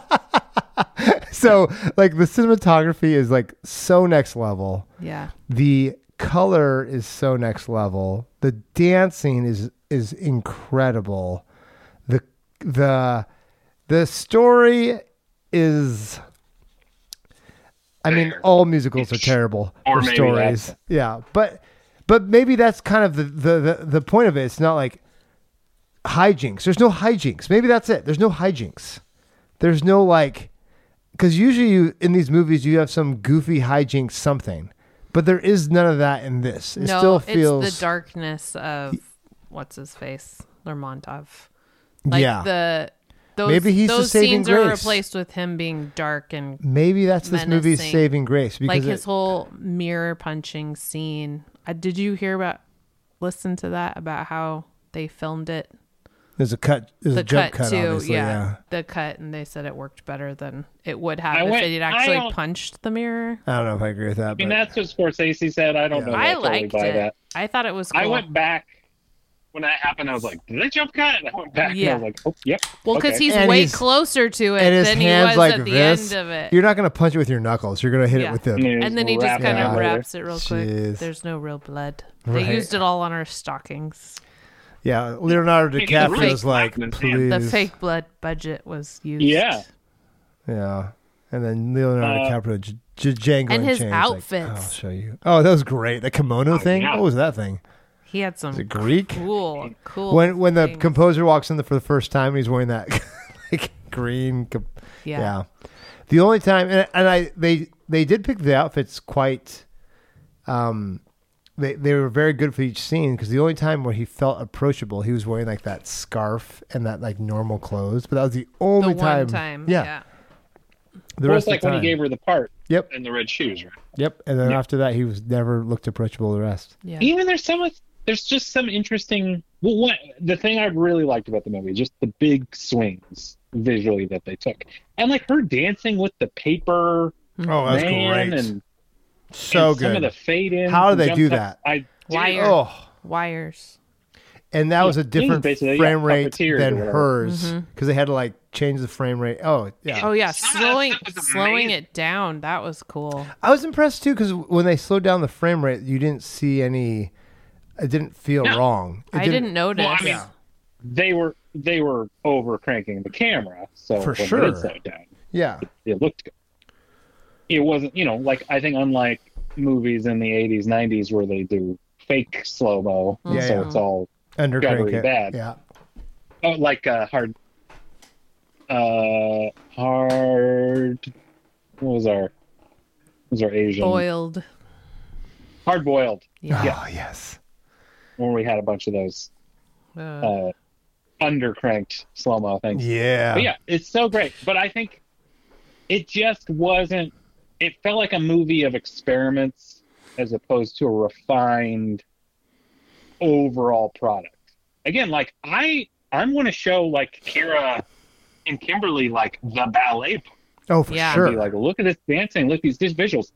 S8: so like the cinematography is like so next level
S3: yeah.
S8: the color is so next level the dancing is is incredible the the the story is i mean all musicals are terrible
S9: Or
S8: for
S9: maybe
S8: stories
S9: that's-
S8: yeah but but maybe that's kind of the, the the the point of it it's not like hijinks there's no hijinks maybe that's it there's no hijinks there's no like because usually you in these movies you have some goofy hijinks something, but there is none of that in this. It
S3: no,
S8: still feels
S3: it's the darkness of what's his face, Lermontov. Like
S8: yeah.
S3: the those,
S8: Maybe he's the
S3: those
S8: saving
S3: scenes are
S8: grace.
S3: replaced with him being dark and
S8: Maybe that's this movie's
S3: menacing.
S8: saving grace because
S3: like his
S8: it-
S3: whole mirror punching scene. Uh, did you hear about? Listen to that about how they filmed it.
S8: there's a cut, there's
S3: The
S8: a jump
S3: cut,
S8: cut,
S3: too,
S8: obviously,
S3: yeah,
S8: yeah.
S3: The cut, and they said it worked better than it would have
S9: I
S3: if
S9: went-
S3: it had
S9: I
S3: actually
S9: don't-
S3: punched the mirror.
S8: I don't know if I agree with that,
S9: I mean,
S8: but
S9: that's what Scorsese said. Oh, I don't know. if
S3: I
S9: totally
S3: liked
S9: buy
S3: it.
S9: That.
S3: I thought it was. Cool.
S9: I went back when that happened. I was like, did they jump cut? And I went back
S3: Yeah.
S9: and I was like, oh, yep.
S3: Well, because
S9: okay.
S3: he's
S8: And
S3: way
S8: he's-
S3: closer to it
S8: and his
S3: than he
S8: hands
S3: was
S8: like
S3: at the
S8: this.
S3: end of it.
S8: You're not gonna punch it with your knuckles. You're gonna hit
S3: Yeah.
S8: it with the.
S9: And
S3: and then he just
S9: wrapped
S3: kind
S9: it
S3: of
S9: later.
S3: wraps it real quick.
S8: Jeez.
S3: There's no real blood.
S8: Right.
S3: They used it all on our stockings.
S8: Yeah, Leonardo
S9: It is
S8: DiCaprio's like,
S9: fake.
S8: please.
S3: The fake blood budget was used.
S9: Yeah.
S8: Yeah, and then Leonardo
S9: Uh,
S8: DiCaprio j- j- jangling
S3: and his
S8: chains, Like,
S3: outfits.
S8: I'll show you. Oh, that was great. The kimono thing.
S9: Oh, yeah.
S8: What was that thing?
S3: He had some
S8: The Greek.
S3: cool, cool.
S8: When when the
S3: things.
S8: composer walks in the, for the first time, and he's wearing that like green. com-
S3: Yeah.
S8: The only time, and, and I they they did pick the outfits quite. Um, they they were very good for each scene because the only time where he felt approachable, he was wearing like that scarf and that like normal clothes. But that was the
S3: the
S8: only
S3: one time, yeah.
S8: The
S9: Well,
S8: rest
S9: it's like
S8: of the time.
S9: when he gave her the part
S8: Yep.
S9: and the red shoes, right?
S8: Yep. And then after that, he was never looked approachable. The rest.
S3: yeah,
S9: even there's some of- there's just some interesting well one the thing i really liked about the movie just the big swings visually that they took and like her dancing with the paper
S3: Mm-hmm.
S8: Oh, that's
S9: man and,
S8: so
S9: and
S8: good.
S9: some of the fade in
S8: How do they do that?
S9: i
S3: Wire.
S8: oh,
S3: wires.
S8: and that was a
S9: Yeah,
S8: different
S9: basically, yeah,
S8: frame rate
S9: puppeteers or
S8: than
S9: whatever.
S8: hers because they had to like change the frame rate. Oh, yeah.
S3: Mm-hmm. Oh yeah,
S9: Some of that
S3: slowing
S9: stuff was
S3: slowing
S9: amazing.
S3: it down. That was cool.
S8: I was impressed too because when they slowed down the frame rate, you didn't see any. It didn't feel wrong. It
S3: I didn't notice.
S9: well, I mean, they were they were over cranking the camera so
S8: For
S9: when they did
S8: sure.
S9: slow it down,
S8: Yeah.
S9: it looked good it wasn't you know like i think unlike movies in the 80s 90s where they do fake slow mo
S8: Yeah,
S9: so
S8: yeah.
S9: it's all
S8: Under
S9: Got
S8: crank
S9: really
S8: it.
S9: bad.
S8: Yeah.
S9: Oh, like uh, hard. Uh, hard. What was our? What was our Asian
S3: Mm, Boiled.
S9: hard boiled?
S8: Oh yes.
S9: When we had a bunch of those
S3: Uh,
S9: uh, undercranked slow mo things.
S8: Yeah.
S9: But yeah, it's so great. But I think it just wasn't. It felt like a movie of experiments as opposed to a refined overall product. Again, like I, I want to show like Kira and Kimberly like the ballet book.
S8: Oh, for
S3: Yeah.
S8: sure.
S9: Be like, look at this dancing, look at these, these visuals.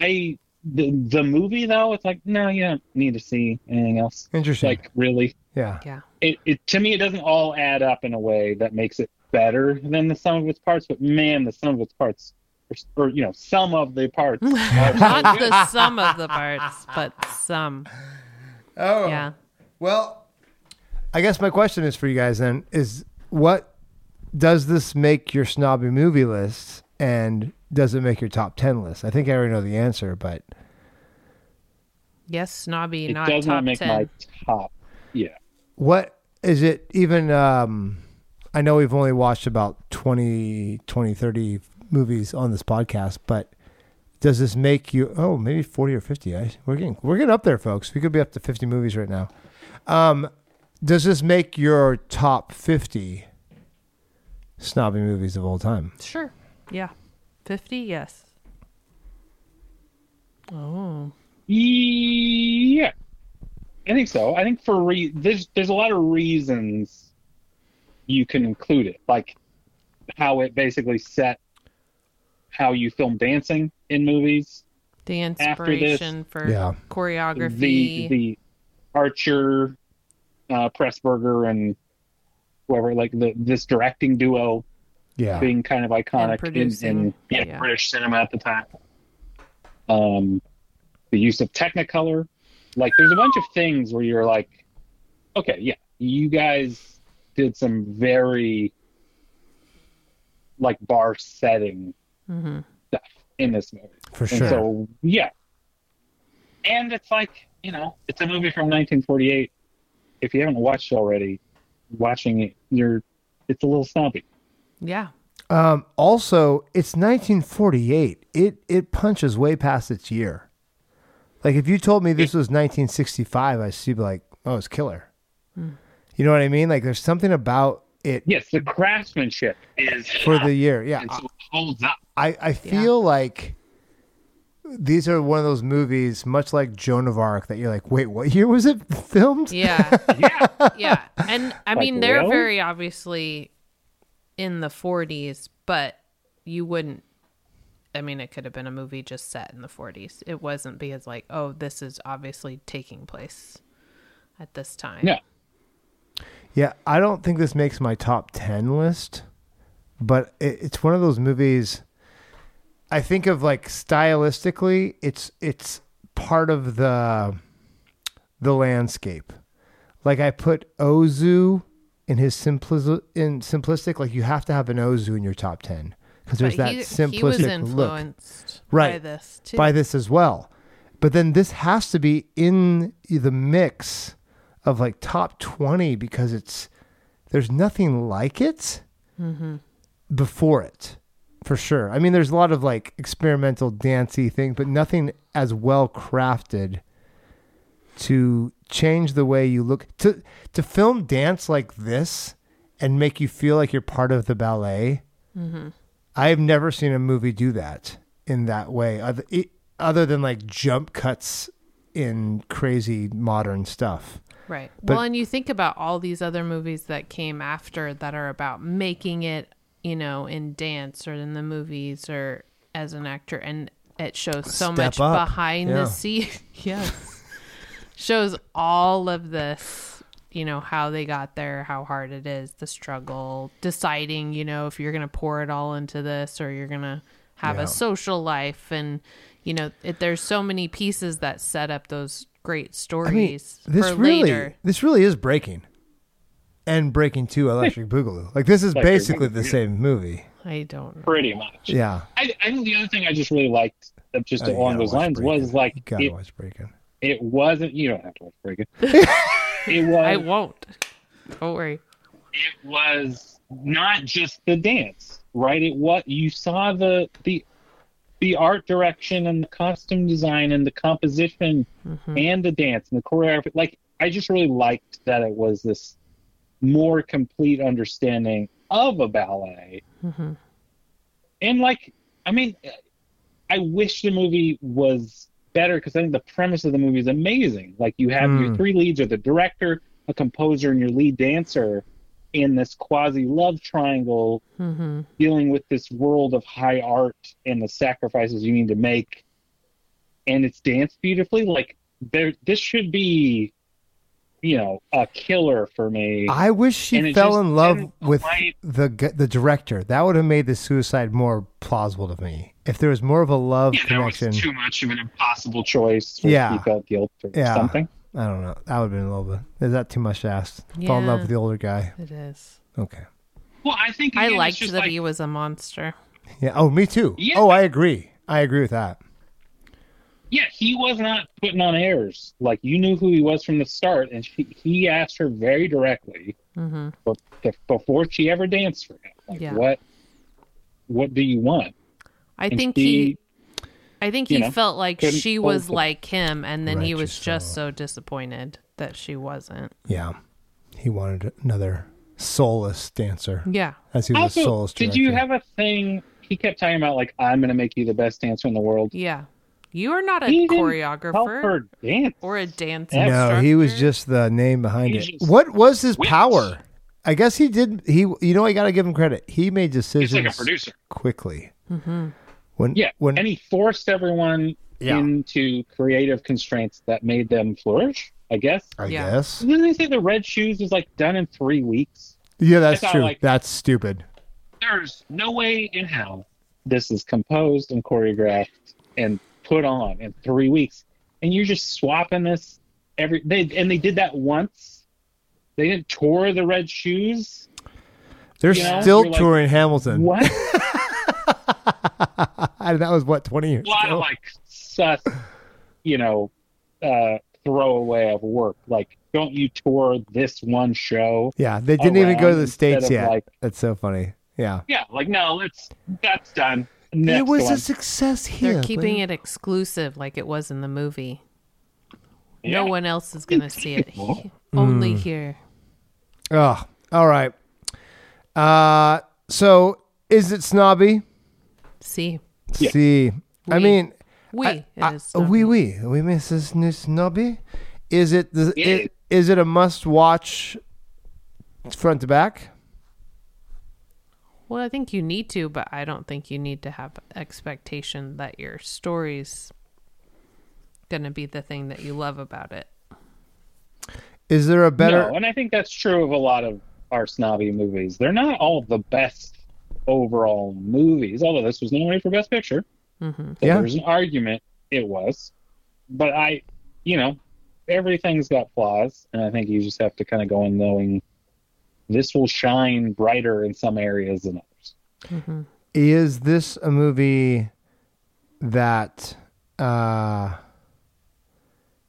S9: I the the movie though, it's like no, you don't need to see anything else.
S8: Interesting.
S9: Like really,
S8: yeah.
S3: yeah.
S9: it, it to me it doesn't all add up in a way that makes it better than the sum of its parts but man the sum of its parts or, or, you know some of the parts are so
S3: Not
S9: good.
S3: the sum of the parts, but some.
S8: Oh.
S3: Yeah.
S8: Well, I guess my question is for you guys then is what does this make your snobby movie list and does it make your top 10 list? I think I already know the answer, but
S3: Yes, snobby,
S9: it
S3: not
S9: does
S3: top
S9: not make
S3: ten.
S9: my top yeah
S8: what is it even um I know we've only watched about 20 20 30 movies on this podcast, but does this make you oh, maybe 40 or 50. I, we're getting we're getting up there, folks. We could be up to 50 movies right now. Um does this make your top 50 snobby movies of all time?
S3: Sure. Yeah. Fifty. Yes. Oh.
S9: yeah i think so i think for re- there's there's a lot of reasons you can include it like how it basically set how you film dancing in movies
S3: The
S9: After this-
S3: inspiration for
S8: Yeah.
S3: choreography.
S9: the the Archer, uh, Pressburger, and whoever like the this directing duo
S8: Yeah.
S9: being kind of iconic in,
S3: producing,
S9: in yeah,
S3: yeah.
S9: British cinema at the time. Um, the use of Technicolor, like there's a bunch of things where you're like, okay, yeah, you guys did some very like bar setting stuff in this movie.
S8: For
S9: And
S8: sure.
S9: so, yeah. And it's like, you know, it's a movie from 1948. If you haven't watched it already, watching it, you're, it's a little snobby.
S3: yeah.
S8: Um, also, it's 1948. It it punches way past its year. Like if you told me this was 1965, I'd still be like, "Oh, it's killer." You know what I mean? Like there's something about it
S9: Yes, the craftsmanship is
S8: for the year. Yeah,
S9: and so it holds up.
S8: I I feel like these are one of those movies, much like Joan of Arc, that you're like, "Wait, what year was it filmed?"
S3: Yeah. yeah. And I mean, they're
S9: really?
S3: very obviously in the 40s, but you wouldn't. I mean, it could have been a movie just set in the 40s. It wasn't because, like, oh, this is obviously taking place at this time.
S9: Yeah.
S8: Yeah, I don't think this makes my top 10 list, but it, it's one of those movies I think of like stylistically, it's it's part of the the landscape. Like I put Ozu in his simplis- in simplistic. Like you have to have an Ozu in your top ten because there's that
S3: he,
S8: simplistic
S3: he was
S8: look
S3: influenced by
S8: Right.
S3: this too.
S8: by this as well. But then this has to be in the mix of like top 20 because it's there's nothing like it
S3: Mm-hmm.
S8: before it for sure. I mean, there's a lot of like experimental dancey things, but nothing as well crafted to change the way you look to to film dance like this and make you feel like you're part of the ballet. I have never seen a movie do that in that way, other, it, other than like jump cuts in crazy modern stuff.
S3: right.
S8: but-
S3: well, and you think about all these other movies that came after that are about making it, you know, in dance or in the movies or as an actor, and it shows so
S8: Step
S3: much
S8: up.
S3: behind
S8: Yeah.
S3: the scenes. yes, shows all of this. You know how they got there, how hard it is, the struggle, deciding, you know, if you're going to pour it all into this or you're going to have
S8: Yeah.
S3: a social life, and you know, it, there's so many pieces that set up those great stories
S8: I mean, this
S3: for
S8: really,
S3: later.
S8: this really is breaking, and breaking two Electric Boogaloo. Like this is
S9: Electric
S8: basically the
S9: Boogaloo.
S8: same movie.
S3: I don't.
S9: pretty much.
S8: Yeah,
S9: I, I think the other thing I just really liked, uh, just
S8: Oh, you
S9: along
S8: gotta
S9: those
S8: watch
S9: lines,
S8: Breaking.
S9: was like
S8: you gotta
S9: it,
S8: watch Breaking.
S9: it wasn't. You don't have to watch very good. it was.
S3: I won't. Don't worry.
S9: it was not just the dance, right? It what you saw the the the art direction and the costume design and the composition
S3: Mm-hmm.
S9: and the dance and the choreography. Like I just really liked that it was this more complete understanding of a ballet.
S3: Mm-hmm.
S9: And like, I mean, I wish the movie was better because I think the premise of the movie is amazing. Like you have
S8: Hmm.
S9: your three leads are the director, a composer, and your lead dancer in this quasi love triangle
S3: Mm-hmm.
S9: dealing with this world of high art and the sacrifices you need to make and it's danced beautifully like there this should be you know a killer for me
S8: I wish
S9: and
S8: she
S9: it
S8: fell
S9: just
S8: in love
S9: didn't
S8: with
S9: quite-
S8: the g- the director. That would have made the suicide more plausible to me. If there was more of a love
S9: yeah, there was
S8: connection,
S9: too much of an impossible choice where
S8: Yeah.
S9: he felt guilt or
S8: Yeah.
S9: something
S8: I don't know. That would have been a little bit. Is that too much to ask? Fall in love
S3: Yeah.
S8: with the older guy.
S3: It is.
S8: Okay.
S9: well i think
S3: I
S9: again, it's
S3: liked
S9: just
S3: that
S9: like,
S3: he was a monster.
S8: Yeah. Oh, me too.
S9: Yeah.
S8: Oh, I agree. I agree with that.
S9: yeah he was not putting on airs like you knew who he was from the start and she, he asked her very directly but before she ever danced for him like
S3: Mm-hmm. Yeah.
S9: what what do you want
S3: I
S9: And
S3: think
S9: she-
S3: he. I think
S9: you
S3: he
S9: know,
S3: felt like
S9: couldn't
S3: she was
S9: hold it.
S3: like him, and then he was
S8: Righteous
S3: just so disappointed that she wasn't.
S8: Yeah. He wanted another soulless dancer.
S3: Yeah.
S8: As he was a
S9: Also,
S8: soulless
S9: did you
S8: director.
S9: have a thing? He kept talking about like I'm going to make you the best dancer in the world.
S3: Yeah. You are not a
S9: He didn't Help
S3: choreographer
S9: her dance.
S3: or a dancer.
S9: No,
S8: No, he was just the name behind
S9: He's
S8: it.
S9: just
S8: What was his
S9: witch.
S8: power? I guess he did. He, you know, I got to give him credit. He made
S9: He's
S8: decisions
S9: like a producer.
S8: quickly. Mm-hmm. When,
S9: Yeah,
S8: when,
S9: and he forced everyone
S8: Yeah.
S9: into creative constraints that made them flourish. I guess.
S8: I
S3: Yeah.
S8: guess.
S9: Didn't they say the red shoes was like done in three weeks?
S8: Yeah, that's
S9: thought,
S8: true.
S9: like-
S8: that's stupid.
S9: There's no way in hell this is composed and choreographed and put on in three weeks, and you're just swapping this every. They and they did that once. They didn't tour the red shoes.
S8: They're
S9: You know,
S8: still
S9: you're like,
S8: touring Hamilton.
S9: What?
S8: And that was what twenty years
S9: A lot
S8: ago.
S9: of like sus, you know, uh, throwaway of work. Like, don't you tour this one show?
S8: yeah, they didn't even go to
S9: around
S8: the
S9: Oh, instead
S8: states
S9: of,
S8: yet.
S9: like-
S8: that's so funny. Yeah,
S9: Yeah, like no, let's that's done. Next
S8: it was
S9: one.
S8: a success here.
S3: They're keeping it exclusive, like it was in the movie.
S9: Yeah.
S3: No one else is going to see it. He-
S8: Mm.
S3: Only here.
S8: Oh, all right. Uh, so is it snobby?
S3: See,
S8: See, I
S3: We-
S8: mean,
S3: we.
S8: I,
S3: it
S8: I, uh,
S3: is not-
S8: oui, oui, oui, Mrs. New Snobby. Is it the?
S9: Yeah.
S8: It, is it a must-watch front to back?
S3: Well, I think you need to, but I don't think you need to have expectation that your story's gonna be the thing that you love about it.
S8: Is there a better?
S9: No, and I think that's true of a lot of our snobby movies. They're not all the best overall movies, although this was nominated for Best Picture. So
S8: Yeah.
S9: There's an argument it was, but I, you know, everything's got flaws, and I think you just have to kind of go in knowing this will shine brighter in some areas than others.
S8: Is this a movie that uh,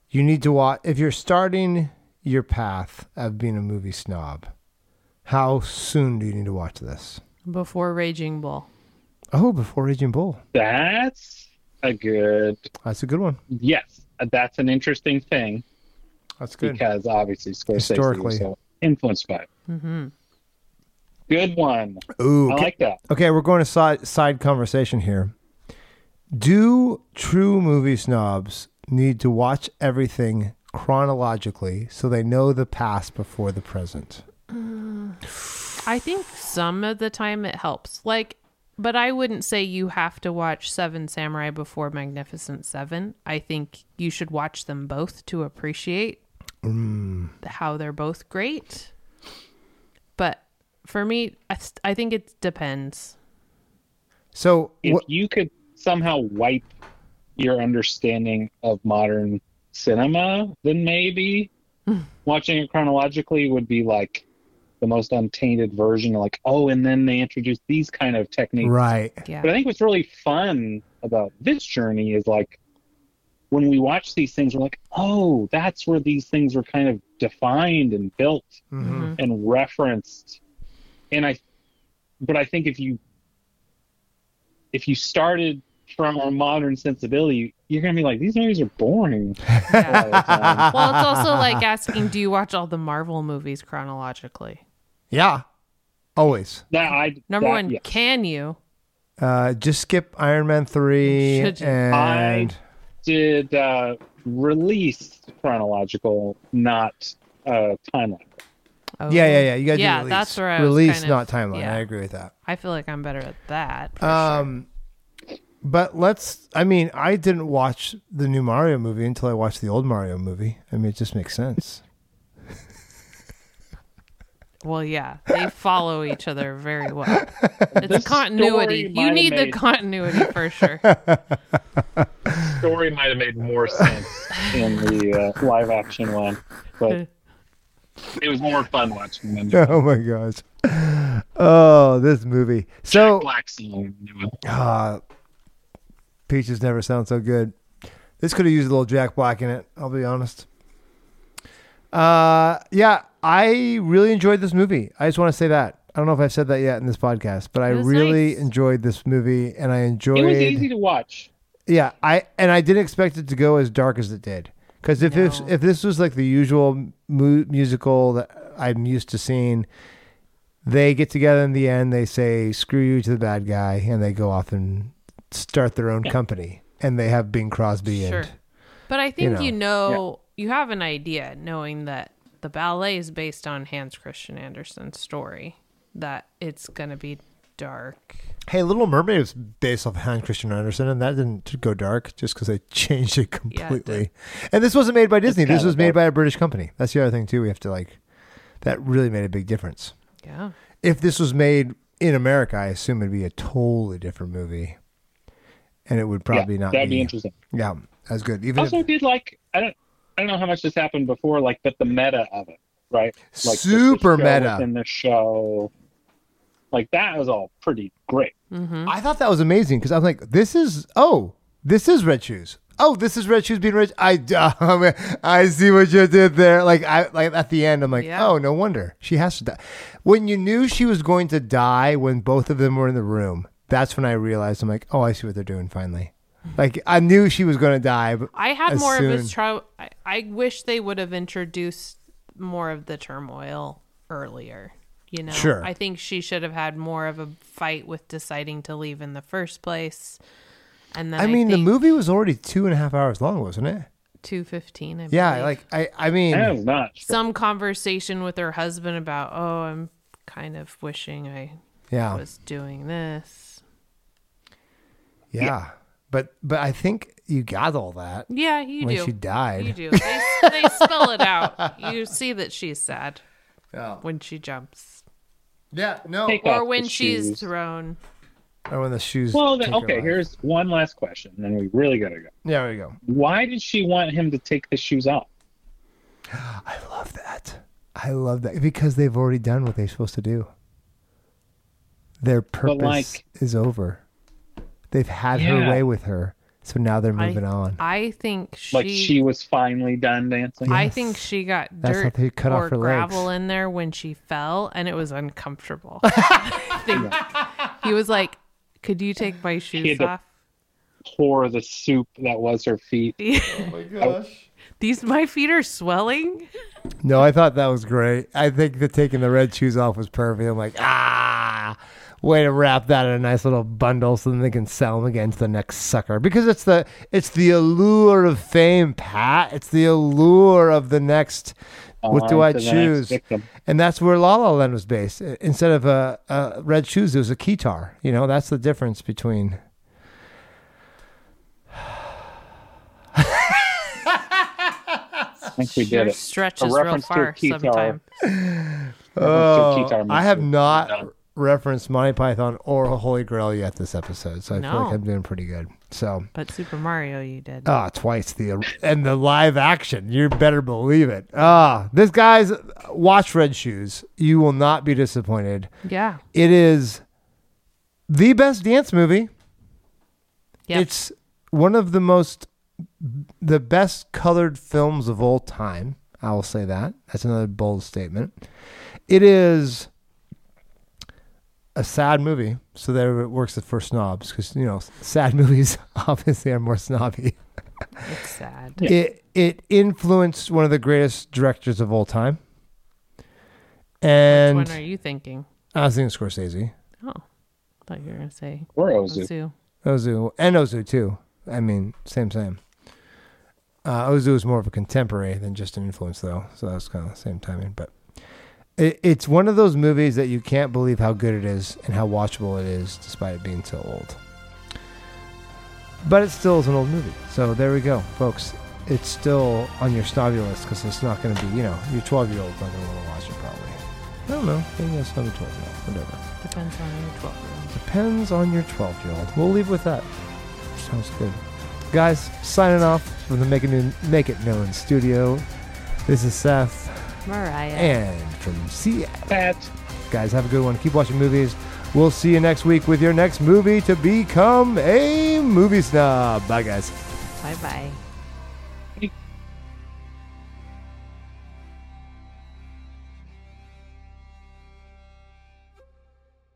S8: you need to watch if you're starting your path of being a movie snob? How soon do you need to watch this?
S3: before Raging Bull.
S8: Oh, before Raging Bull.
S9: That's a good
S8: That's a good one.
S9: yes. That's an interesting thing
S8: That's good.
S9: because obviously Scorsese
S8: Historically.
S9: was so influenced by it. Good one.
S8: Ooh,
S9: I
S8: okay.
S9: like that.
S8: Okay, we're going to side side conversation here. Do true movie snobs need to watch everything chronologically so they know the past before the present?
S3: I think some of the time it helps. Like, but I wouldn't say you have to watch Seven Samurai before Magnificent Seven. I think you should watch them both to appreciate how they're both great. But for me, I, st- I think it depends.
S8: So,
S9: If
S8: what,
S9: you could somehow wipe your understanding of modern cinema, then maybe watching it chronologically would be like the most untainted version. Like, oh, and then they introduced these kind of techniques.
S8: right?
S9: But I
S3: Yeah.
S9: think what's really fun about this journey is like when we watch these things, we're like, oh, that's where these things were kind of defined and built
S3: Mm-hmm.
S9: and referenced. And I, but I think if you, if you started from a modern sensibility, you're gonna be like, these movies are boring.
S3: yeah.
S9: Um,
S3: well, it's also like asking, do you watch all the Marvel movies chronologically?
S8: Yeah, always.
S9: that I
S3: Number
S9: that-
S3: one,
S9: yeah.
S3: can you?
S8: Uh, just skip Iron Man three
S3: Should you?
S8: and
S9: did uh, release chronological, not uh, timeline.
S3: Oh.
S8: yeah, yeah, yeah. You guys,
S3: Yeah,
S8: release.
S3: that's where I was
S8: release,
S3: kind
S8: not
S3: of-
S8: timeline.
S3: yeah.
S8: I agree with that.
S3: I feel like I'm better at that. for
S8: Um, but let's. I mean, I didn't watch the new Mario movie until I watched the old Mario movie. I mean, it just makes sense.
S3: Well, yeah, they follow each other very well. It's continuity.
S9: story
S3: You
S9: might
S3: need
S9: have
S3: the
S9: made-
S3: continuity for sure.
S9: story might have made more sense in the uh, live action one, but it was more fun watching them.
S8: oh my gosh. Oh, this movie. So
S9: Black scene.
S8: uh, peaches never sound so good. This could have used a little Jack Black in it. I'll be honest. Uh, yeah, I really enjoyed this movie. I just want to say that. I don't know if I've said that yet in this podcast, but I
S3: was
S8: really
S3: nice.
S8: enjoyed this movie, and I enjoyed.
S9: It was easy to watch.
S8: Yeah, I and I didn't expect it to go as dark as it did. Because if this,
S3: No.
S8: if this was like the usual mu- musical that I'm used to seeing, they get together in the end. They say "screw you" to the bad guy, and they go off and start their own company. And they have Bing Crosby
S3: Sure.
S8: and
S3: But I think
S8: You
S3: you know, you have an idea knowing that the ballet is based on Hans Christian Andersen's story, that it's going to be dark.
S8: Hey, Little Mermaid was based off Hans Christian Andersen, and that didn't go dark just because they changed it
S3: Yeah, it did.
S8: completely. and this wasn't made by Disney. This
S9: kinda
S8: was made
S9: dark.
S8: by a British company. That's the other thing too. We have to like that really made a big difference.
S3: Yeah.
S8: if this was made in America, I assume it'd be a totally different movie, and it would probably
S9: yeah,
S8: not.
S9: that'd
S8: be,
S9: be interesting.
S8: Yeah, that's good. Even
S9: Also,
S8: if,
S9: did like I don't I don't know how much this happened before, like but the meta of it, right? Like the- the
S8: Super
S9: show
S8: meta.
S9: within the show. Like that was all pretty great.
S8: I thought that was amazing because I'm like, this is oh, this is Red Shoes. Oh, this is Red Shoes being rich. I, oh, I see what you did there. Like I like at the end, I'm like,
S3: Yeah.
S8: oh, no wonder she has to die. When you knew she was going to die when both of them were in the room, that's when I realized I'm like, oh, I see what they're doing finally. Like I knew she was going to die, but
S3: I had
S8: as
S3: more of
S8: soon-
S3: this. Tro- I, I wish they would have introduced more of the turmoil earlier. You know,
S8: Sure.
S3: I think she should have had more of a fight with deciding to leave in the first place. And then
S8: I mean, the
S3: think-
S8: movie was already two and a half hours long, wasn't it?
S3: two fifteen. I
S8: Yeah,
S3: believe.
S8: like I, I mean,
S9: That was not
S3: some conversation with her husband about, oh, I'm kind of wishing I
S8: yeah,
S3: was doing this.
S8: yeah, But but I think you got all that
S3: Yeah, you
S8: when
S3: do.
S8: she died.
S3: You do. They, they spell it out. You see that she's sad
S8: Yeah.
S3: when she jumps,
S8: Yeah, no.
S9: Take off
S3: or
S9: the
S3: when she's
S9: shoes.
S3: thrown.
S8: Or when the shoes.
S9: Well,
S8: take
S9: then,
S8: her
S9: okay.
S8: life.
S9: Here's one last question, and then we really gotta go.
S8: Yeah, there you go.
S9: Why did she want him to take the shoes off?
S8: I love that. I love that because they've already done what they're supposed to do. Their purpose
S9: like-
S8: is over. They've had her
S9: Yeah.
S8: way with her, so now they're
S3: I-
S8: moving on.
S3: I think she.
S9: Like she was finally done dancing.
S3: I
S8: Yes.
S3: think she got
S8: That's how
S3: dirt
S8: they cut off
S3: or
S8: her legs.
S3: gravel in there when she fell, and it was uncomfortable. I think he was like, "Could you take my shoes
S9: had to-
S3: off?
S9: Pour the soup that was her feet.
S3: These my feet are swelling."
S8: No, I thought that was great. I think that taking the red shoes off was perfect. I'm like, ah, way to wrap that in a nice little bundle so then they can sell them again to the next sucker. Because it's the it's the allure of fame, Pat. It's the allure of the next. What do
S9: On
S8: I
S9: to Oh, the next
S8: choose?
S9: victim.
S8: And that's where La La Land was based. I- Instead of a, a red shoes, it was a guitar. You know, that's the difference between.
S9: I think we
S3: Your
S9: did it.
S3: stretch
S9: A
S3: is real
S9: reference to a
S3: far
S9: keytar.
S3: sometime.
S9: Mr. Keatar,
S8: Oh, I have
S9: Mr.
S8: not
S9: Keatar.
S8: referenced Monty Python or Holy Grail yet this episode, so I feel like
S3: No.
S8: I'm doing pretty good. So.
S3: But Super Mario, you did.
S8: Ah, twice the and the live action. You better believe it. Ah, this guy's watch Red Shoes. You will not be disappointed.
S3: yeah.
S8: It is the best dance movie.
S3: Yep.
S8: It's one of the most the best colored films of all time. I will say that. That's another bold statement. It is a sad movie, so there it works for snobs because you know sad movies obviously are more snobby
S3: it's sad.
S8: it it influenced one of the greatest directors of all time. And
S3: when are you thinking?
S8: I was thinking Scorsese,
S3: Oh, thought you were gonna say
S9: Or Ozu.
S3: Ozu.
S8: Ozu, and Ozu too. I mean, same same. Uh, Ozu was more of a contemporary than just an influence, though, so that's kind of the same timing. But it, it's one of those movies that you can't believe how good it is and how watchable it is, despite it being so old. But it still is an old movie, so there we go, folks. It's still on your snobby list because it's not going to be, you know, your 12 year old's not going to want to watch it probably. I don't know. Maybe that's number 12 now. Whatever.
S3: Depends on your twelve year old.
S8: Depends on your 12 year old. We'll leave with that. Sounds good. Guys, signing off from the Make It, Known- Make it Known studio. This is Seth
S3: Mariah.
S8: and from Seattle.
S9: Pat.
S8: Guys, have a good one. Keep watching movies. We'll see you next week with your next movie to become a movie snob. Bye, guys.
S3: Bye bye.